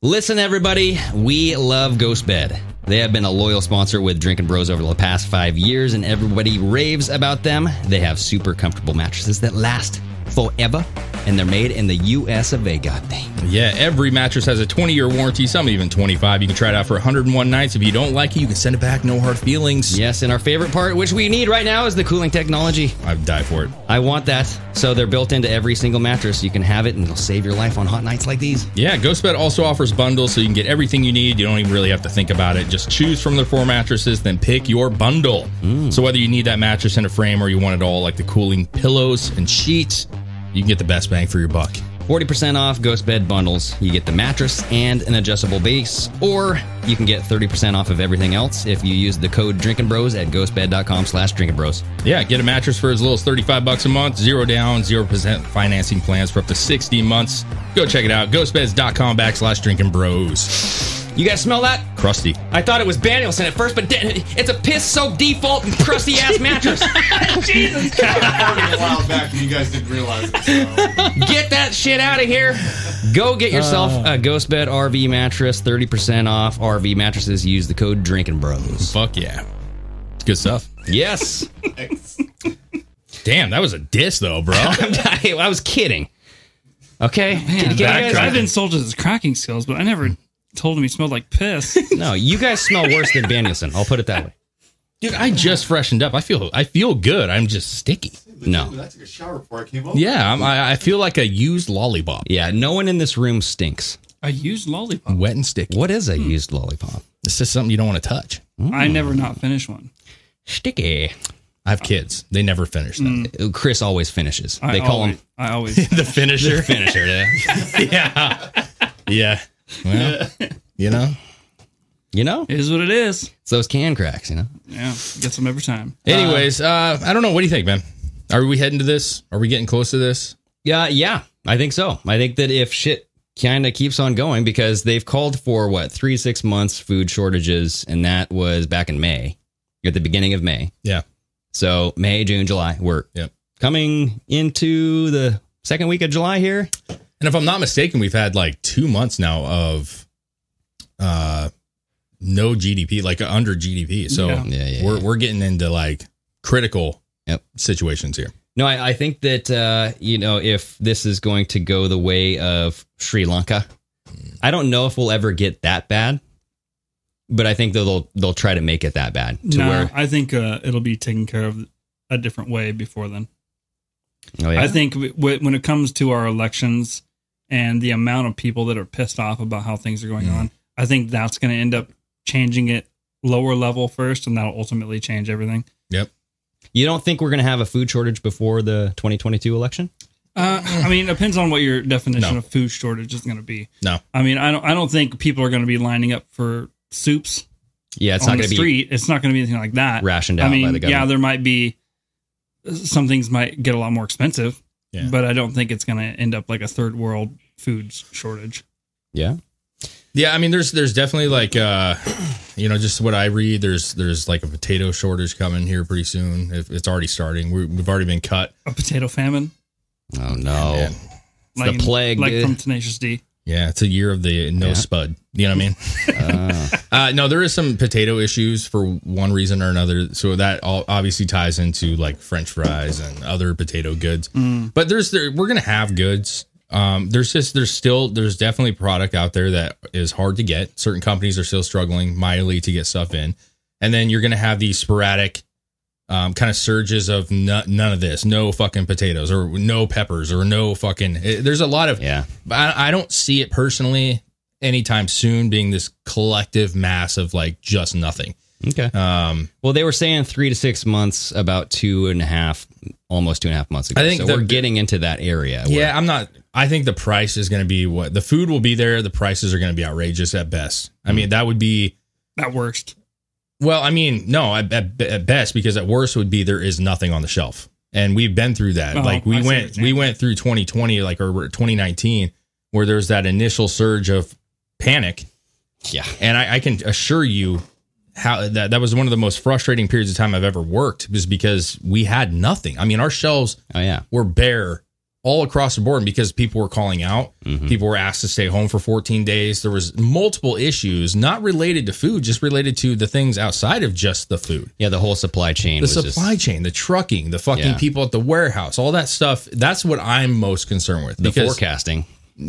Speaker 7: Listen, everybody, we love Ghost Bed. They have been a loyal sponsor with Drinking Bros over the past five years, and everybody raves about them. They have super comfortable mattresses that last. forever, and they're made in the U.S. of A. God dang.
Speaker 8: Yeah, every mattress has a 20 year warranty, some even 25. You can try it out for 101 nights. If you don't like it, you can send it back. No hard feelings.
Speaker 7: Yes, and our favorite part, which we need right now, is the cooling technology.
Speaker 8: I'd die for it.
Speaker 7: I want that. So they're built into every single mattress. You can have it, and it'll save your life on hot nights like these.
Speaker 8: Yeah, GhostBed also offers bundles so you can get everything you need. You don't even really have to think about it. Just choose from their four mattresses, then pick your bundle. So whether you need that mattress in a frame or you want it all like the cooling pillows and sheets, you can get the best bang for your buck.
Speaker 7: 40% off Ghost Bed bundles. You get the mattress and an adjustable base, or you can get 30% off of everything else if you use the code Drinking Bros at ghostbed.com slash Drinking Bros.
Speaker 8: Yeah, get a mattress for as little as 35 bucks a month, zero down, 0% financing plans for up to 60 months. Go check it out. Ghostbeds.com backslash drinking bros.
Speaker 7: You guys smell that?
Speaker 8: Crusty.
Speaker 7: I thought it was Danielson at first, but then- it's a piss soaked default and crusty ass mattress.
Speaker 10: a while back and you guys didn't realize it. So.
Speaker 7: Get that shit out of here. Go get yourself
Speaker 9: Uh.
Speaker 7: a Ghost Bed RV mattress, 30% off RV mattresses. Use the code Drinking Bros.
Speaker 8: Fuck yeah. It's good stuff.
Speaker 7: Yes.
Speaker 8: Damn, that was a diss though, bro.
Speaker 7: I, I was kidding. Okay. Can- can you guys-
Speaker 9: I've been sold as his cracking skills, but I never told him he smelled like piss.
Speaker 7: no, you guys smell worse than Danielson. I'll put it that way.
Speaker 8: Dude, I just freshened up. I feel I feel good. I'm just sticky.
Speaker 7: No.
Speaker 10: I took a shower before I came over.
Speaker 8: Yeah, I'm, I, I feel like a used lollipop.
Speaker 7: Yeah, no one in this room stinks.
Speaker 9: I used lollipop.
Speaker 8: Wet and sticky. Hmm.
Speaker 7: What is a used lollipop?
Speaker 8: It's just something you don't want to touch.
Speaker 9: I never not finish one.
Speaker 7: Sticky.
Speaker 8: I have kids. They never finish them.
Speaker 10: Mm.
Speaker 7: Chris always finishes.
Speaker 9: I
Speaker 7: They call
Speaker 9: always,
Speaker 7: him
Speaker 9: I always.
Speaker 8: the finisher. finisher, yeah. yeah. Well, you know?
Speaker 7: You know,
Speaker 9: it is what it is.
Speaker 7: it's those can cracks. You know,
Speaker 9: Yeah, gets them every time.
Speaker 8: Anyways, uh, I don't know. What do you think, man? Are we heading to this? Are we getting close to this?
Speaker 7: yeah, yeah. I think so. I think that if shit kind of keeps on going, because they've called for what three six months food shortages, and that was back in May, at the beginning of May.
Speaker 8: Yeah.
Speaker 7: So May, June, July, we're
Speaker 8: Yep.
Speaker 7: coming into the second week of July here.
Speaker 8: And if I'm not mistaken, we've had like two months now of uh no GDP, like under GDP. So
Speaker 9: Yeah.
Speaker 7: Yeah, yeah,
Speaker 8: we're
Speaker 7: yeah.
Speaker 8: we're getting into like critical
Speaker 7: Yep.
Speaker 8: situations here.
Speaker 7: No, I, I think that uh, you know if this is going to go the way of Sri Lanka, I don't know if we'll ever get that bad, but I think that they'll they'll try to make it that bad to
Speaker 9: no,
Speaker 7: where
Speaker 9: I think uh, it'll be taken care of a different way before then.
Speaker 7: oh, yeah.
Speaker 9: I think w- w- when it comes to our elections and the amount of people that are pissed off about how things are going
Speaker 7: Mm-hmm.
Speaker 9: on, I think that's going to end up changing it lower level first, and that'll ultimately change everything.
Speaker 8: Yep.
Speaker 7: you don't think we're going to have a food shortage before the 2022 election?
Speaker 9: Uh, I mean, it depends on what your definition
Speaker 8: No.
Speaker 9: of food shortage is going to be.
Speaker 8: No.
Speaker 9: I mean, I don't. I don't think people are going to be lining up for soups
Speaker 7: Yeah, it's
Speaker 9: on
Speaker 7: not going
Speaker 9: the
Speaker 7: to be
Speaker 9: street. It's not going to be anything like that.
Speaker 7: rationed
Speaker 9: I
Speaker 7: out
Speaker 9: mean,
Speaker 7: by the
Speaker 9: yeah,
Speaker 7: government.
Speaker 9: there might be some things might get a lot more expensive,
Speaker 8: Yeah.
Speaker 9: but I don't think it's going to end up like a third world food shortage.
Speaker 7: Yeah,
Speaker 8: Yeah, I mean there's there's definitely like uh you know, just what I read, there's there's like a potato shortage coming here pretty soon. If it's already starting. We we've already been cut.
Speaker 9: A potato famine,
Speaker 7: Oh no,
Speaker 8: Man.
Speaker 7: the plague, eh?
Speaker 9: like
Speaker 7: dude.
Speaker 9: from Tenacious D.
Speaker 8: Yeah, it's a year of the no
Speaker 7: Yeah.
Speaker 8: spud. You know what I mean?
Speaker 7: Ah,
Speaker 8: uh, no, there is some potato issues for one reason or another. So that all obviously ties into like French fries and other potato goods. But there's there, we're gonna have goods. Um, there's just there's still there's definitely product out there that is hard to get. Certain companies are still struggling mightily to get stuff in, and then you're gonna have these sporadic um, kind of surges of no, none of this, no fucking potatoes or no peppers or no fucking. it- there's a lot of
Speaker 7: yeah.
Speaker 8: but I, I don't see it personally anytime soon being this collective mass of like just nothing.
Speaker 7: Okay.
Speaker 8: Um,
Speaker 7: Well, they were saying three to six months, about two and a half, almost two and a half months ago.
Speaker 8: I think
Speaker 7: so.
Speaker 8: the-
Speaker 7: we're getting into that area. where-
Speaker 8: yeah, I'm not. I think the price is going to be what the food will be there. The prices are going to be outrageous at best. I
Speaker 9: Mm.
Speaker 8: mean, that would be
Speaker 9: At worst,
Speaker 8: well. I mean, no, at, at, at best because at worst would be there is nothing on the shelf, and we've been through that.
Speaker 9: Oh,
Speaker 8: like
Speaker 9: I
Speaker 8: we
Speaker 9: see what
Speaker 8: went,
Speaker 9: you're
Speaker 8: we
Speaker 9: saying.
Speaker 8: went through 2020, like or 2019, where there's that initial surge of panic,
Speaker 7: yeah.
Speaker 8: and I, I can assure you how that that was one of the most frustrating periods of time I've ever worked was because we had nothing. I mean, our shelves
Speaker 7: Oh yeah.
Speaker 8: were bare all across the board and because people were calling out.
Speaker 7: Mm-hmm.
Speaker 8: People were asked to stay home for 14 days. There was multiple issues, not related to food, just related to the things outside of just the food.
Speaker 7: Yeah, the whole supply chain.
Speaker 8: The
Speaker 7: was just-
Speaker 8: supply chain, the trucking, the fucking
Speaker 7: Yeah.
Speaker 8: people at the warehouse, all that stuff. That's what I'm most concerned with.
Speaker 7: the forecasting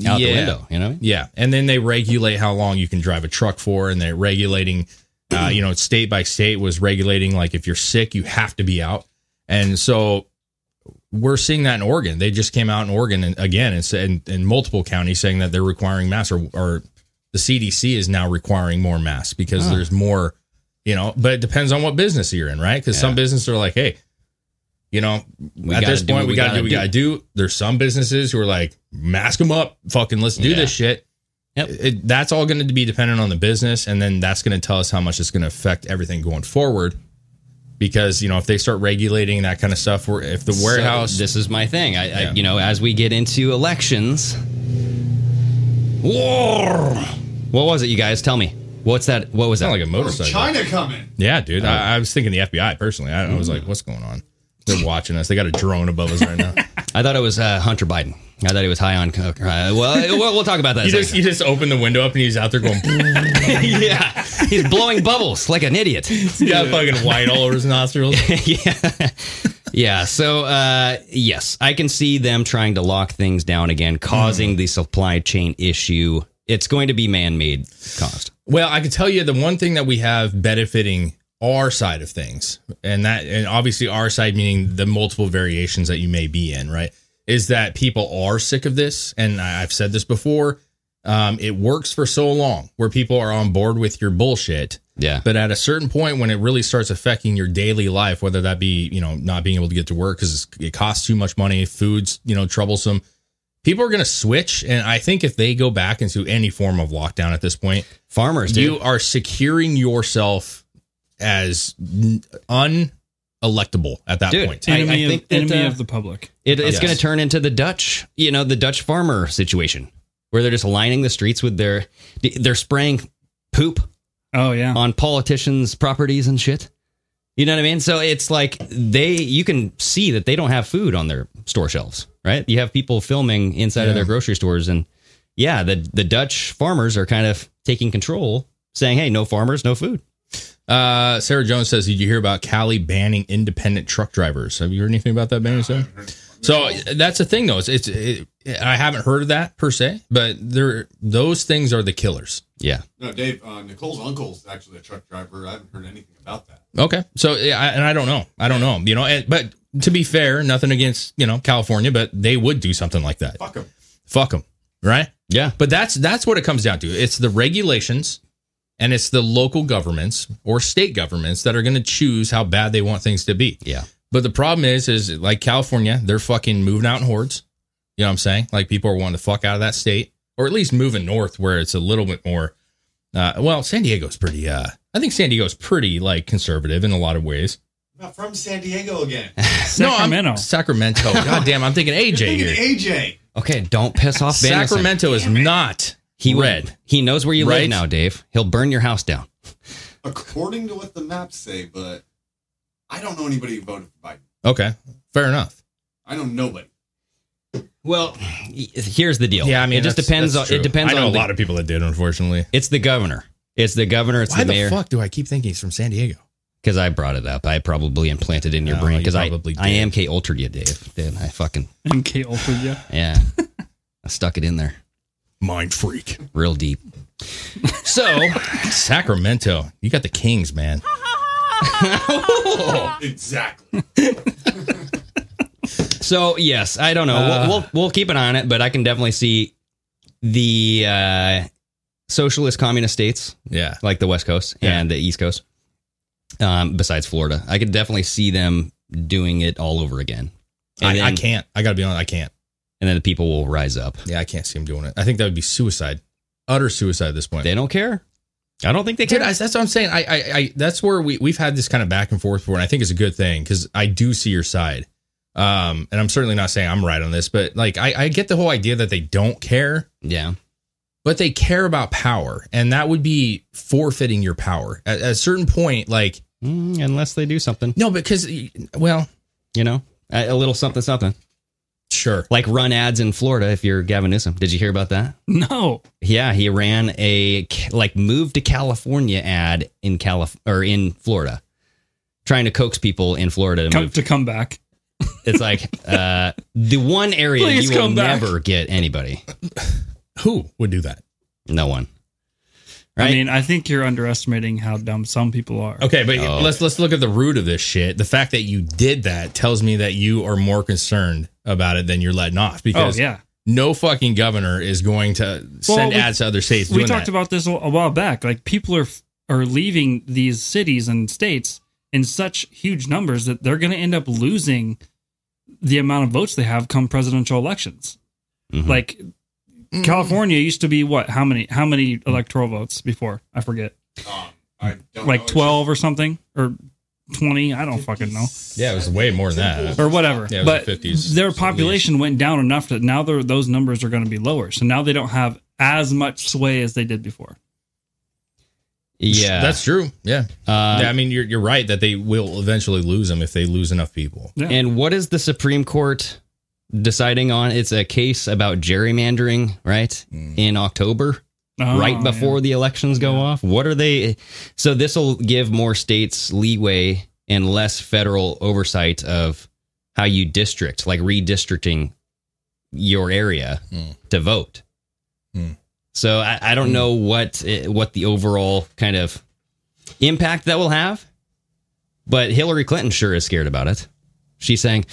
Speaker 7: out the window. You know,
Speaker 8: Yeah, and then they regulate how long you can drive a truck for, and they're regulating, uh,
Speaker 7: Hmm.
Speaker 8: you know, state by state was regulating like if you're sick, you have to be out, and so we're seeing that in Oregon. They just came out in Oregon and again and said in, in multiple counties saying that they're requiring masks, or, or the CDC is now requiring more masks because there's more, you know. But it depends on what business you're in, right? Because some businesses are like, hey. You know,
Speaker 7: We
Speaker 8: at
Speaker 7: gotta
Speaker 8: this
Speaker 7: do
Speaker 8: point,
Speaker 7: what
Speaker 8: we
Speaker 7: we
Speaker 8: gotta,
Speaker 7: gotta
Speaker 8: do. what We
Speaker 7: do.
Speaker 8: gotta do. There's some businesses who are like, mask them up, fucking, let's do
Speaker 7: Yeah.
Speaker 8: this shit
Speaker 7: Yep.
Speaker 8: it, that's all going to be dependent on the business and then that's going to tell us how much it's going to affect everything going forward because you know if they start regulating that kind of stuff where if the warehouse
Speaker 7: So this is my thing. I,
Speaker 8: Yeah.
Speaker 7: I you know, as we get into elections. War. What was it, you guys? Tell me. What's that? What was that?
Speaker 8: sound like a motorcycle
Speaker 10: Oh, China coming.
Speaker 8: yeah dude I, I was thinking the fbi personally i, I was
Speaker 7: Mm.
Speaker 8: like what's going on they're watching us they got a drone above us right now
Speaker 7: I thought it was uh, Hunter Biden. I thought he was high on. Uh, well, we'll, we'll talk about that.
Speaker 8: you
Speaker 7: in a
Speaker 8: just you
Speaker 7: second.
Speaker 8: just open the window up and he's out there going
Speaker 7: yeah, he's blowing bubbles like an idiot.
Speaker 8: he got fucking white all over his nostrils
Speaker 7: yeah. yeah. So, uh, yes, I can see them trying to lock things down again,
Speaker 8: Hmm.
Speaker 7: causing the supply chain issue. It's going to be man made caused.
Speaker 8: Well, I can tell you the one thing that we have benefiting our side of things, and that, and obviously our side meaning the multiple variations that you may be in, right? Is that people are sick of this, and I- I've said this before. Um, it works for so long where people are on board with your bullshit,
Speaker 7: Yeah.
Speaker 8: but at a certain point when it really starts affecting your daily life, whether that be you know not being able to get to work because it costs too much money, food's you know troublesome. People are going to switch, and I think if they go back into any form of lockdown at this point,
Speaker 7: Farmers, dude.
Speaker 8: you are securing yourself as n- unelectable at that
Speaker 7: Dude,
Speaker 8: point.
Speaker 7: I- I
Speaker 9: Enemy,
Speaker 7: think
Speaker 9: of,
Speaker 7: that,
Speaker 9: enemy
Speaker 7: uh,
Speaker 9: of the public.
Speaker 7: It, it's going
Speaker 8: Yes.
Speaker 7: to turn into the Dutch, you know, the Dutch farmer situation where they're just lining the streets with their, they're spraying poop
Speaker 9: Oh yeah.
Speaker 7: on politicians' properties and shit. You know what I mean? So it's like they, you can see that they don't have food on their store shelves, right? You have people filming inside of their grocery stores, and yeah, the the Dutch farmers are kind of taking control, saying, "Hey, no farmers, no food."
Speaker 8: Uh, Sarah Jones says, "Did you hear about Cali banning independent truck drivers? Have you heard anything about that, Benny? Sarah? So that's the thing, though. It's, it's it, I haven't heard of that per se, but there those things are the killers.
Speaker 7: Yeah,
Speaker 10: No, Dave, uh, Nicole's uncle's actually a truck driver. I haven't heard anything about that.
Speaker 8: Okay, so yeah, I, and I don't know, I don't know, you know. And, but to be fair, nothing against you know California, but they would do something like that.
Speaker 10: Fuck 'em.
Speaker 8: Fuck them, right?
Speaker 7: yeah,
Speaker 8: But that's that's what it comes down to. It's the regulations and it's the local governments or state governments that are going to choose how bad they want things to be.
Speaker 7: yeah.
Speaker 8: But the problem is is like California, they're fucking moving out in hordes. You know what I'm saying? Like people are wanting to fuck out of that state or at least moving north where it's a little bit more uh, well, San Diego's pretty uh I think San Diego's pretty like conservative in a lot of ways.
Speaker 10: I'm not from San Diego again.
Speaker 9: Sacramento.
Speaker 8: No, I'm, Sacramento. God damn, I'm thinking
Speaker 10: You're
Speaker 8: AJ
Speaker 10: thinking
Speaker 8: here.
Speaker 10: AJ.
Speaker 7: Okay, don't piss off Danielson.
Speaker 8: Sacramento is not
Speaker 7: He would-
Speaker 8: red.
Speaker 7: He knows where you
Speaker 8: Right?
Speaker 7: live now, Dave. He'll burn your house down.
Speaker 10: According to what the maps say, but I don't know anybody who voted for Biden.
Speaker 8: Okay. Fair enough.
Speaker 10: I know nobody.
Speaker 7: Well, here's the deal.
Speaker 8: Yeah, I mean,
Speaker 7: it just
Speaker 8: that's-
Speaker 7: depends.
Speaker 8: that's
Speaker 7: on,
Speaker 8: true.
Speaker 7: it depends
Speaker 8: I know
Speaker 7: on
Speaker 8: a
Speaker 7: the-
Speaker 8: lot of people that did, unfortunately.
Speaker 7: It's the governor. It's the governor. It's
Speaker 8: Why
Speaker 7: the
Speaker 8: the,
Speaker 7: mayor.
Speaker 8: fuck do I keep thinking he's from San Diego?
Speaker 7: Because I brought it up. I probably implanted in your
Speaker 8: No,
Speaker 7: brain
Speaker 8: you
Speaker 7: because I,
Speaker 8: probably
Speaker 7: I
Speaker 8: did.
Speaker 7: am K Ultra you, Dave. Then I fucking
Speaker 9: And Kate Olford, yeah.
Speaker 7: yeah, I stuck it in there
Speaker 8: Mind freak.
Speaker 7: real deep. So
Speaker 8: Sacramento. You got the Kings, man.
Speaker 10: Exactly.
Speaker 7: so yes, I don't know.
Speaker 8: Uh.
Speaker 7: we'll, we'll we'll keep an eye on it, but I can definitely see the uh, socialist communist states
Speaker 8: Yeah.
Speaker 7: like the West Coast
Speaker 8: Yeah.
Speaker 7: and the East Coast. Um, besides Florida, I could definitely see them doing it all over again. And
Speaker 8: I,
Speaker 7: then,
Speaker 8: I can't. I got to be honest. I can't.
Speaker 7: and then the people will rise up.
Speaker 8: Yeah, I can't see him doing it. I think that would be suicide. Utter suicide at this point.
Speaker 7: They don't care. I don't think they care.
Speaker 8: Dude, I, that's what I'm saying. I, I, I, that's where we we've had this kind of back and forth before, and I think it's a good thing because I do see your side. Um, and I'm certainly not saying I'm right on this, but like I, I get the whole idea that they don't care,
Speaker 7: Yeah.
Speaker 8: but they care about power, and that would be forfeiting your power at, at a certain point. Like
Speaker 7: Mm, unless they do something,
Speaker 8: no, because well,
Speaker 7: you know, a, a little something, something.
Speaker 8: Sure.
Speaker 7: Like run ads in Florida if you're Gavin Newsom. Did you hear about that?
Speaker 9: No.
Speaker 7: Yeah, he ran a like move to California ad in Calif or in Florida, trying to coax people in Florida to
Speaker 9: Come,
Speaker 7: move.
Speaker 9: to come back.
Speaker 7: It's like uh, the one area
Speaker 9: Please
Speaker 7: you will
Speaker 9: come back.
Speaker 7: never get anybody.
Speaker 8: Who would do that?
Speaker 7: No one. Right?
Speaker 9: I mean, I think you're underestimating how dumb some people are.
Speaker 8: Okay, but
Speaker 7: Oh.
Speaker 8: let's let's look at the root of this shit. The fact that you did that tells me that you are more concerned about it than you're letting off
Speaker 9: Oh
Speaker 8: because
Speaker 9: yeah.
Speaker 8: no fucking governor is going to send
Speaker 9: we-
Speaker 8: ads to other states.
Speaker 9: We
Speaker 8: doing
Speaker 9: talked
Speaker 8: that.
Speaker 9: about this a a while back. Like people are are leaving these cities and states in such huge numbers that they're going to end up losing the amount of votes they have come presidential elections.
Speaker 8: Mm-hmm.
Speaker 7: Mhm.
Speaker 9: Like California used to be what? How many how many electoral votes before? I forget.
Speaker 10: Um, I don't know.
Speaker 9: Like
Speaker 10: It's
Speaker 9: 12 or something or 20, I don't fucking know.
Speaker 8: Yeah, it was way more than that.
Speaker 9: Or whatever.
Speaker 8: Yeah, it was
Speaker 9: but
Speaker 8: the 50s,
Speaker 9: their
Speaker 8: at
Speaker 9: population went down enough that now they're- those numbers are going to be lower. So now they don't have as much sway as they did before.
Speaker 7: yeah,
Speaker 8: that's true. Yeah,
Speaker 7: Uh,
Speaker 8: yeah. I mean, you're you're right that they will eventually lose them if they lose enough people.
Speaker 9: Yeah.
Speaker 7: And what is the Supreme Court deciding on? It's a case about gerrymandering, right?
Speaker 8: Mm.
Speaker 7: In October,
Speaker 9: Oh,
Speaker 7: right before
Speaker 9: yeah.
Speaker 7: the elections go off. What are they? So this will give more states leeway and less federal oversight of how you district, like redistricting your area to vote.
Speaker 8: Hmm.
Speaker 7: So I, I don't know what it- what the overall kind of impact that will have, but Hillary Clinton sure is scared about it. She's saying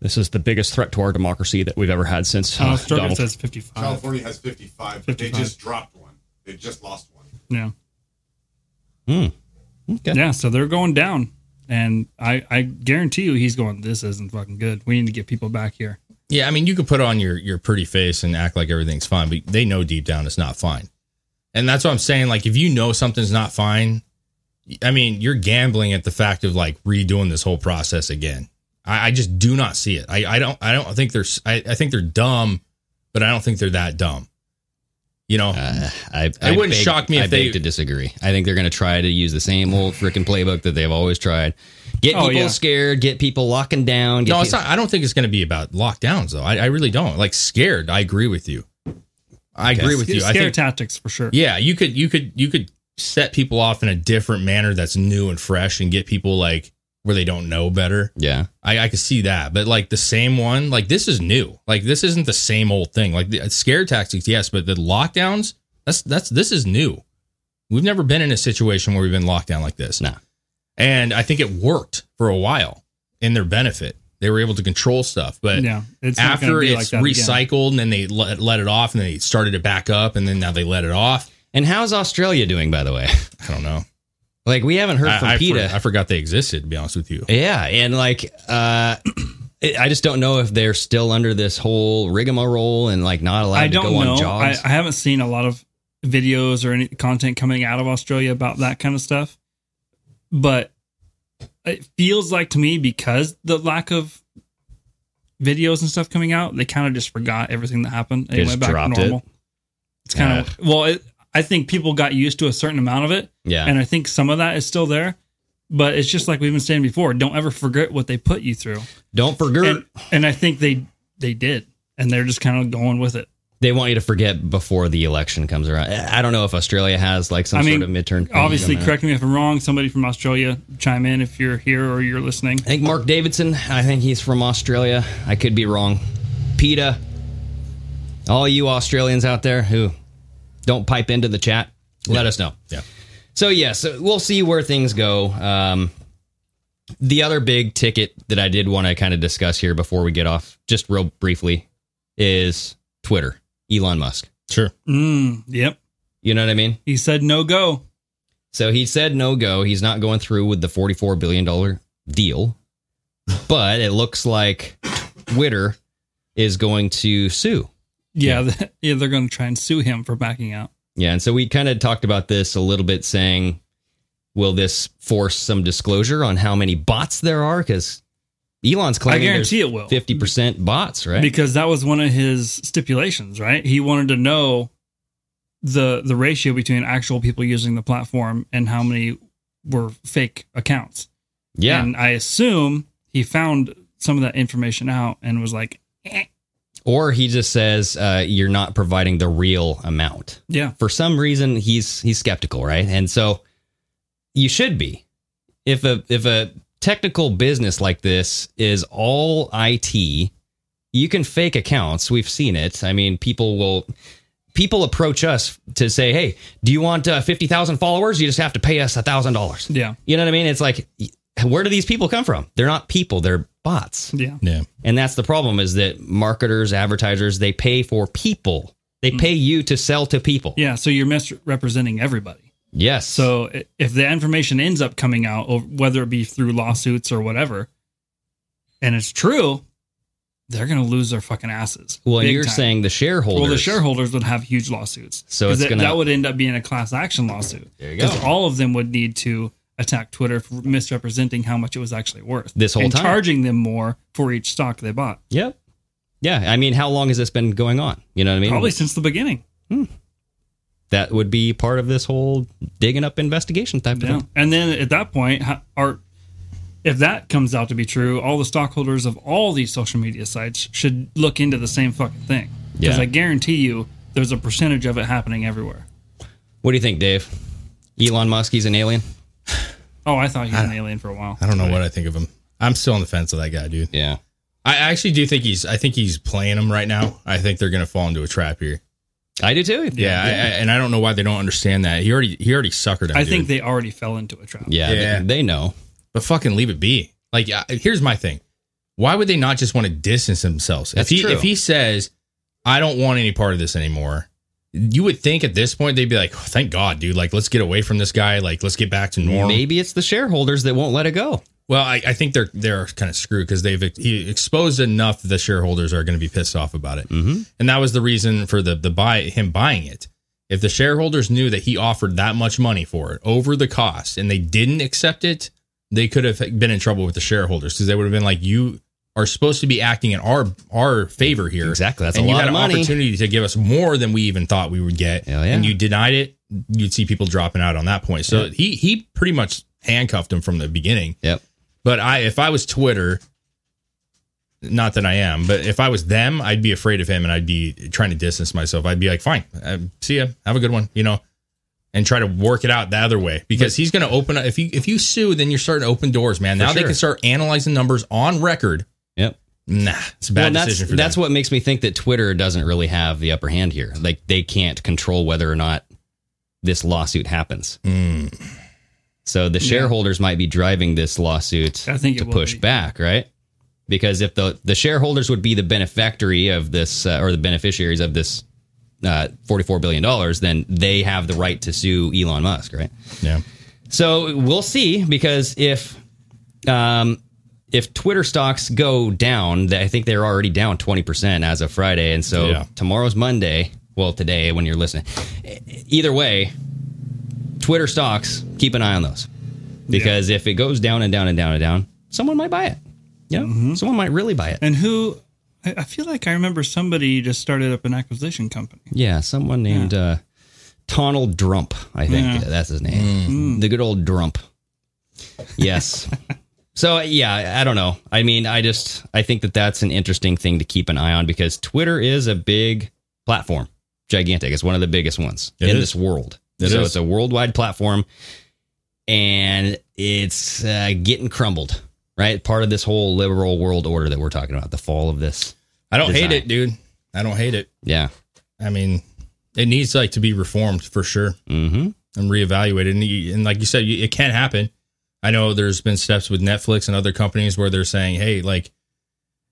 Speaker 7: this is the biggest threat to our democracy that we've ever had since
Speaker 9: Uh,
Speaker 7: uh,
Speaker 9: Sturgill
Speaker 7: Donald.
Speaker 9: says 55.
Speaker 10: California has 55,
Speaker 9: 55.
Speaker 10: but they just dropped one. They just lost one.
Speaker 9: Yeah.
Speaker 7: Hmm. Okay.
Speaker 9: Yeah. So they're going down. And I, I guarantee you he's going, this isn't fucking good. We need to get people back here.
Speaker 8: Yeah, I mean, you could put on your your pretty face and act like everything's fine, but they know deep down it's not fine. And that's what I'm saying. Like, if you know something's not fine, I mean, you're gambling at the fact of like redoing this whole process again. I, I just do not see it. I, I don't. I don't think they're. s- I, I think they're dumb, but I don't think they're that dumb. You know,
Speaker 7: Uh, I,
Speaker 8: It wouldn't shock me
Speaker 7: I
Speaker 8: if they-
Speaker 7: beg to disagree. I think they're going to try to use the same old freaking playbook that they've always tried. Get
Speaker 9: Oh,
Speaker 7: people
Speaker 9: yeah.
Speaker 7: scared, get people locking down. Get
Speaker 8: No, it's
Speaker 7: peo-
Speaker 8: not. I don't think it's going to be about lockdowns, though. I, I really don't. Like scared. I agree with you. I agree with you.
Speaker 9: Scare
Speaker 8: I think.
Speaker 9: tactics for sure.
Speaker 8: yeah, you could, you could, you could set people off in a different manner that's new and fresh, and get people like where they don't know better.
Speaker 7: Yeah.
Speaker 8: I, I could see that, but like the same one, like this is new. Like this isn't the same old thing. Like the uh, scare tactics, yes, but the lockdowns. That's that's this is new. We've never been in a situation where we've been locked down like this.
Speaker 7: Nah.
Speaker 8: And I think it worked for a while in their benefit. They were able to control stuff, but
Speaker 9: Yeah. It's not gonna
Speaker 8: after
Speaker 9: be
Speaker 8: it's
Speaker 9: like that again.
Speaker 8: recycled and then they let, let it off and then they started it back up and then now they let it off.
Speaker 7: And how's Australia doing, by the way?
Speaker 8: I don't know.
Speaker 7: Like, we haven't heard from
Speaker 8: I, I, for-
Speaker 7: PETA.
Speaker 8: I forgot they existed, to be honest with you.
Speaker 7: yeah. And like, uh, it- I just don't know if they're still under this whole rigmarole and like not allowed
Speaker 9: I don't
Speaker 7: to go
Speaker 9: know.
Speaker 7: on
Speaker 9: I,
Speaker 7: jogs.
Speaker 9: I haven't seen a lot of videos or any content coming out of Australia about that kind of stuff. But it feels like to me because the lack of videos and stuff coming out, they kind of just forgot everything that happened.
Speaker 7: They just dropped it.
Speaker 9: It's kind of well. It, I think people got used to a certain amount of it,
Speaker 7: yeah.
Speaker 9: and I think some of that is still there. But it's just like we've been saying before: don't ever forget what they put you through.
Speaker 7: don't forget.
Speaker 9: And, and I think they they did, and they're just kind of going with it.
Speaker 7: they want you to forget before the election comes around. I I don't know if Australia has like some
Speaker 9: I mean,
Speaker 7: sort of midterm. thing
Speaker 9: Obviously,
Speaker 7: on that.
Speaker 9: correct me if I'm wrong. Somebody from Australia, chime in if you're here or you're listening.
Speaker 7: I think Mark Davidson. I think he's from Australia. I could be wrong. PETA. All you Australians out there who don't pipe into the chat, let us know.
Speaker 8: Yeah.
Speaker 7: So yes, so we'll see where things go. Um, the other big ticket that I did want to kind of discuss here before we get off, just real briefly, is Twitter. Elon Musk.
Speaker 8: Sure.
Speaker 9: Mm, yep.
Speaker 7: You know what I mean?
Speaker 9: He said no go.
Speaker 7: So he said no go. He's not going through with the $44 billion deal. But it looks like Twitter is going to sue.
Speaker 9: Yeah, th- yeah they're going to try and sue him for backing out.
Speaker 7: Yeah. And so we kind of talked about this a little bit, saying, will this force some disclosure on how many bots there are? Because Elon's
Speaker 9: I
Speaker 7: claiming
Speaker 9: guarantee
Speaker 7: there's
Speaker 9: it will.
Speaker 7: 50% bots, right?
Speaker 9: Because that was one of his stipulations, right? He wanted to know the the ratio between actual people using the platform and how many were fake accounts.
Speaker 7: yeah.
Speaker 9: And I assume he found some of that information out and was like, eh,
Speaker 7: or he just says uh, you're not providing the real amount.
Speaker 9: Yeah.
Speaker 7: For some reason, he's he's skeptical, right? And so you should be. If a if a technical business like this is all IT, you can fake accounts. We've seen it. I mean, people will people approach us to say, "Hey, do you want uh, fifty thousand followers? You just have to pay us a thousand dollars."
Speaker 9: Yeah.
Speaker 7: You know what I mean? It's like, where do these people come from? They're not people. They're bots.
Speaker 9: Yeah.
Speaker 8: Yeah.
Speaker 7: And that's the problem is that marketers, advertisers, they pay for people. They pay you to sell to people.
Speaker 9: Yeah. So you're misrepresenting everybody.
Speaker 7: Yes.
Speaker 9: So i- if the information ends up coming out, or whether it be through lawsuits or whatever, and it's true, they're going to lose their fucking asses.
Speaker 7: well,
Speaker 9: Big
Speaker 7: you're
Speaker 9: time.
Speaker 7: saying the shareholders.
Speaker 9: Well, the shareholders would have huge lawsuits.
Speaker 7: So
Speaker 9: 'Cause
Speaker 7: it's
Speaker 9: that,
Speaker 7: gonna-
Speaker 9: that would end up being a class action lawsuit. There
Speaker 7: you go.
Speaker 9: all of them would need to attack Twitter for misrepresenting how much it was actually worth
Speaker 7: This whole
Speaker 9: and
Speaker 7: time.
Speaker 9: charging them more for each stock they bought.
Speaker 7: Yep. Yeah. I mean, how long has this been going on? You know what I mean?
Speaker 9: Probably since the beginning.
Speaker 7: That would be part of this whole digging up investigation type of
Speaker 9: Yeah.
Speaker 7: thing.
Speaker 9: And then at that point, ho- are if that comes out to be true, all the stockholders of all these social media sites should look into the same fucking thing. Because
Speaker 7: Yeah.
Speaker 9: I guarantee you, there's a percentage of it happening everywhere.
Speaker 7: What do you think, Dave? Elon Musk, he's an alien?
Speaker 9: Oh, I thought he was an alien for a while.
Speaker 8: I don't know what I think of him. I'm still on the fence of that guy, dude.
Speaker 7: Yeah.
Speaker 8: I actually do think he's. I think he's playing him right now. I think they're gonna fall into a trap here.
Speaker 7: I do too.
Speaker 8: Yeah, I, I, and I don't know why they don't understand that. He already he already suckered him.
Speaker 9: I
Speaker 8: dude.
Speaker 9: think they already fell into a trap.
Speaker 7: Yeah.
Speaker 8: Yeah.
Speaker 7: They, they know.
Speaker 8: but fucking leave it be. Like, I, here's my thing: Why would they not just want to distance themselves?
Speaker 7: That's
Speaker 8: if he
Speaker 7: true.
Speaker 8: if he says, "I don't want any part of this anymore," you would think at this point they'd be like, oh, "Thank God, dude! Like, let's get away from this guy. Like, let's get back to normal."
Speaker 7: Maybe it's the shareholders that won't let it go.
Speaker 8: Well, I, I think they're they're kind of screwed because they've he exposed enough that the shareholders are going to be pissed off about it, mm-hmm. and that was the reason for the the buy him buying it. If the shareholders knew that he offered that much money for it over the cost, and they didn't accept it, they could have been in trouble with the shareholders because they would have been like, "You are supposed to be acting in our our favor here,
Speaker 7: Exactly. That's a
Speaker 8: and you
Speaker 7: lot
Speaker 8: had
Speaker 7: of
Speaker 8: an
Speaker 7: money.
Speaker 8: opportunity to give us more than we even thought we would get,
Speaker 7: Hell yeah.
Speaker 8: and you denied it. You'd see people dropping out on that point. So he he pretty much handcuffed him from the beginning."
Speaker 7: Yep.
Speaker 8: But I, if I was Twitter, not that I am, but if I was them, I'd be afraid of him and I'd be trying to distance myself. I'd be like, fine, um, see ya, have a good one, you know, and try to work it out the other way because he's going to open up. If you if you sue, then you're starting to open doors, man.
Speaker 7: For
Speaker 8: Now they
Speaker 7: sure.
Speaker 8: can start analyzing numbers on record.
Speaker 7: Yep.
Speaker 8: Nah, it's a bad
Speaker 7: Well,
Speaker 8: decision
Speaker 7: that's,
Speaker 8: for
Speaker 7: that's
Speaker 8: them.
Speaker 7: what makes me think that Twitter doesn't really have the upper hand here. Like they can't control whether or not this lawsuit happens.
Speaker 8: Hmm.
Speaker 7: So the shareholders might be driving this lawsuit
Speaker 9: I think it
Speaker 7: to
Speaker 9: will
Speaker 7: push
Speaker 9: be.
Speaker 7: back, right? Because if the the shareholders would be the benefactory of this uh, or the beneficiaries of this uh, forty four billion dollars, then they have the right to sue Elon Musk, right?
Speaker 8: yeah.
Speaker 7: So we'll see because if um, if Twitter stocks go down, th- I think they're already down twenty percent as of Friday, and so
Speaker 8: Yeah.
Speaker 7: tomorrow's Monday. Well, today when you're listening, E- either way, Twitter stocks keep an eye on those because if it goes down and down and down and down, someone might buy it. You know, someone might really buy it.
Speaker 9: And who? I I feel like I remember somebody just started up an acquisition company.
Speaker 7: Yeah, someone named uh, Tonald Drump, I think
Speaker 9: Yeah.
Speaker 7: that's his name. The good old Drump. Yes. so yeah, I don't know. I mean, I just I think that that's an interesting thing to keep an eye on because Twitter is a big platform, gigantic. It's one of the biggest ones
Speaker 8: It
Speaker 7: in
Speaker 8: is.
Speaker 7: this world.
Speaker 8: It
Speaker 7: so
Speaker 8: is.
Speaker 7: it's a worldwide platform, and it's uh, getting crumbled. Right, part of this whole liberal world order that we're talking about, the fall of this.
Speaker 8: I don't
Speaker 7: Design.
Speaker 8: hate it, dude. I don't hate it.
Speaker 7: Yeah.
Speaker 8: I mean, it needs like to be reformed for sure.
Speaker 7: Mm-hmm.
Speaker 8: and reevaluate it. And, you- and like you said, you, it can happen. I know there's been steps with Netflix and other companies where they're saying, hey, like,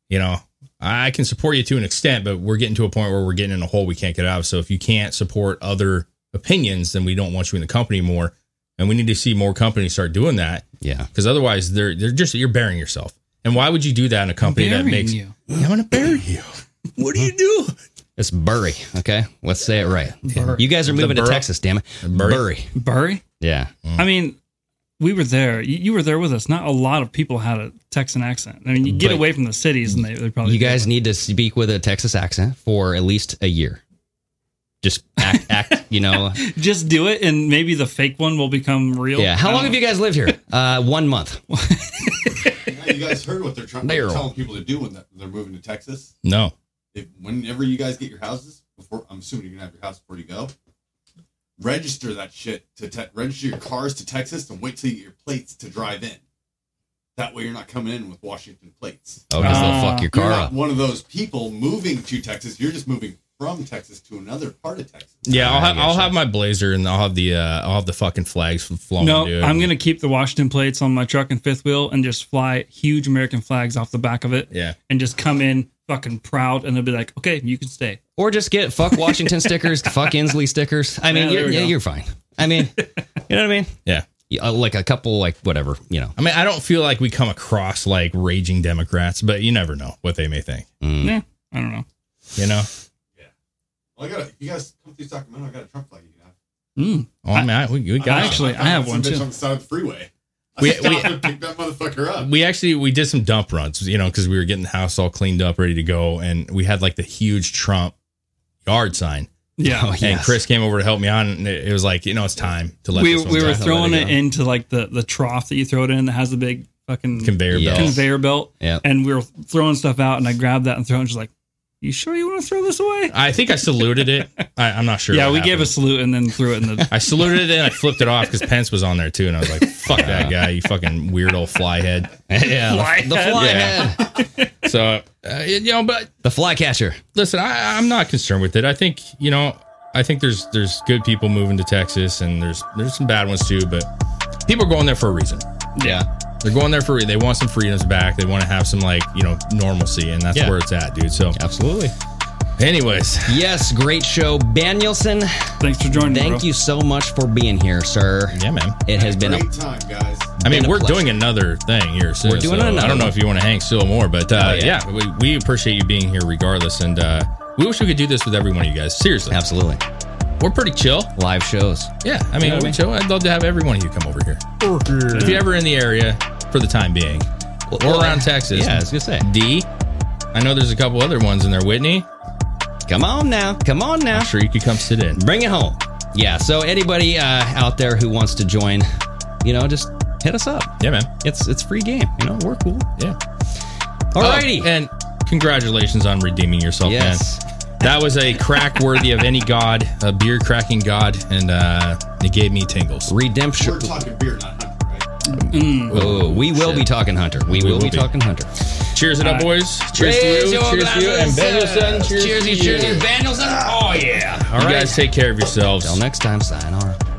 Speaker 8: you know, I can support you to an extent, but we're getting to a point where we're getting in a hole we can't get out of. So if you can't support other opinions, then we don't want you in the company more. And we need to see more companies start doing that
Speaker 7: Yeah.
Speaker 8: because otherwise they're they're just you're burying yourself. And why would you do that in a company that
Speaker 9: Burying
Speaker 8: makes
Speaker 9: you.
Speaker 8: I'm gonna bury you? What do you do?
Speaker 7: It's Bury, okay? Let's say it right.
Speaker 9: Bury.
Speaker 7: You guys are moving to
Speaker 8: borough?
Speaker 7: Texas, damn it.
Speaker 8: Bury?
Speaker 7: Bury.
Speaker 9: Bury?
Speaker 7: Yeah.
Speaker 8: Mm.
Speaker 9: I mean, we were there. You, you were there with us. Not a lot of people had a Texan accent. I mean, you get
Speaker 7: But-
Speaker 9: away from the cities, and they, they probably
Speaker 7: You guys need to speak with a Texas accent for at least a year. Just act, act you know.
Speaker 9: just do it, and maybe the fake one will become real. Um,
Speaker 7: Yeah. How long have you guys lived here? Uh, one month.
Speaker 10: You guys heard what they're trying
Speaker 7: They're
Speaker 10: they're
Speaker 7: all-
Speaker 10: telling people to do when they're moving to Texas?
Speaker 8: No.
Speaker 10: if whenever you guys get your houses before, I'm assuming you're gonna have your house before you go. Register that shit to te- register your cars to Texas and wait till you get your plates to drive in. That way, you're not coming in with Washington plates.
Speaker 7: Oh, because they'll
Speaker 9: Ah.
Speaker 7: fuck your car
Speaker 10: You're not
Speaker 7: up.
Speaker 10: one of those people moving to Texas. You're just moving from Texas to another part of Texas.
Speaker 8: Yeah, I'll
Speaker 7: I
Speaker 8: have I'll
Speaker 7: gotcha.
Speaker 8: have my blazer and I'll have the uh, I'll have the fucking flags flowing.
Speaker 9: no,
Speaker 8: dude.
Speaker 9: I'm gonna keep the Washington plates on my truck and fifth wheel and just fly huge American flags off the back of it.
Speaker 8: Yeah.
Speaker 9: and just come in fucking proud, and they'll be like, "Okay, you can stay."
Speaker 7: Or just get fuck Washington stickers, fuck Inslee stickers. I mean,
Speaker 9: Yeah, there
Speaker 7: you're,
Speaker 9: we
Speaker 7: yeah,
Speaker 9: go.
Speaker 7: you're fine. I mean, you know what I mean?
Speaker 8: Yeah,
Speaker 7: Yeah, uh, like a couple, like whatever, you know.
Speaker 8: I mean, I don't feel like we come across like raging Democrats, but you never know what they may think.
Speaker 7: Mm.
Speaker 9: Yeah, I don't know.
Speaker 8: You know,
Speaker 10: Well, I got to you guys come through Sacramento. I got a Trump flag. You have.
Speaker 8: oh, I mean, I, we, we got
Speaker 9: Actually, I
Speaker 10: found
Speaker 9: have
Speaker 10: some
Speaker 9: one,
Speaker 10: bitch
Speaker 9: too.
Speaker 10: on the side of the freeway. I
Speaker 8: We-
Speaker 10: stopped
Speaker 8: we-
Speaker 10: and picked that motherfucker up.
Speaker 8: we actually we did some dump runs, you know, because we were getting the house all cleaned up, ready to go, and we had like the huge Trump yard sign.
Speaker 9: Yeah,
Speaker 7: Oh,
Speaker 8: And Chris came over to help me on, and it, it was like, you know, it's time to let
Speaker 9: we
Speaker 8: this one
Speaker 9: we
Speaker 8: go.
Speaker 9: were
Speaker 8: Let it
Speaker 9: throwing it
Speaker 8: go.
Speaker 9: into like the the trough that you throw it in that has the big fucking
Speaker 8: conveyor
Speaker 7: Yeah.
Speaker 8: belt.
Speaker 9: conveyor belt.
Speaker 7: Yeah.
Speaker 9: and we were throwing stuff out, and I grabbed that and threw it. And she's like, "You sure you want to throw this away?"
Speaker 8: I think I saluted it. I, I'm not sure.
Speaker 9: yeah,
Speaker 8: what
Speaker 9: we gave
Speaker 8: happened.
Speaker 9: a salute and then threw it in the.
Speaker 8: I saluted it and I flipped it off because Pence was on there too, and I was like, "Fuck that guy, you fucking weird old flyhead."
Speaker 7: Yeah, the, the fly
Speaker 8: Yeah.
Speaker 7: head.
Speaker 8: So, uh, you know, but
Speaker 7: the fly catcher.
Speaker 8: listen, I, I'm not concerned with it. I think you know, I think there's there's good people moving to Texas, and there's there's some bad ones too, but people are going there for a reason.
Speaker 7: Yeah,
Speaker 8: They're going there for they want some freedoms back. They want to have some like you know normalcy, and that's
Speaker 7: Yeah.
Speaker 8: where it's at, dude. So,
Speaker 7: absolutely.
Speaker 8: anyways,
Speaker 7: Yes, great show, Banielson.
Speaker 9: Thanks for joining.
Speaker 7: Thank
Speaker 9: bro.
Speaker 7: you so much for being here, sir.
Speaker 8: yeah, man.
Speaker 7: It has been a
Speaker 10: Great time, guys.
Speaker 8: I mean,
Speaker 7: Been a
Speaker 8: we're
Speaker 7: pleasure.
Speaker 8: doing another thing here. Soon,
Speaker 7: We're doing
Speaker 8: so I
Speaker 7: another
Speaker 8: don't know
Speaker 7: one.
Speaker 8: if you want to hang still more, but uh,
Speaker 7: Oh, yeah.
Speaker 8: yeah, we, we appreciate you being here regardless. And uh, we wish we could do this with every one of you guys. Seriously,
Speaker 7: absolutely
Speaker 8: we're pretty chill.
Speaker 7: live shows.
Speaker 8: Yeah, I mean, we chill. I'd love to have every one of you come over here. If you're ever in the area for the time being, or around Texas,
Speaker 7: Yeah, I was gonna say.
Speaker 8: D. I know there's a couple other ones in there. Whitney,
Speaker 7: Come on now, come on now.
Speaker 8: I'm sure you could come sit in.
Speaker 7: Bring it home. Yeah. So anybody uh, out there who wants to join, you know, just hit us up.
Speaker 8: Yeah, man.
Speaker 7: It's it's free game. You know, we're cool.
Speaker 8: Yeah.
Speaker 7: Alrighty.
Speaker 8: Oh, and congratulations on redeeming yourself,
Speaker 7: Yes.
Speaker 8: man. That was a crack worthy of any god, a beer cracking god, and uh, it gave me tingles.
Speaker 7: Redemption.
Speaker 10: We're talking beer, not hunting, right?
Speaker 7: Oh, we will be talking Hunter. We, will, be, talking Hunter.
Speaker 8: Cheers it up, boys. Cheers to you. Cheers to you. And Bendelson, cheers, to you.
Speaker 7: Cheers, Danielson. Oh yeah.
Speaker 8: All right. You guys take care of yourselves.
Speaker 7: Till next time, sign on.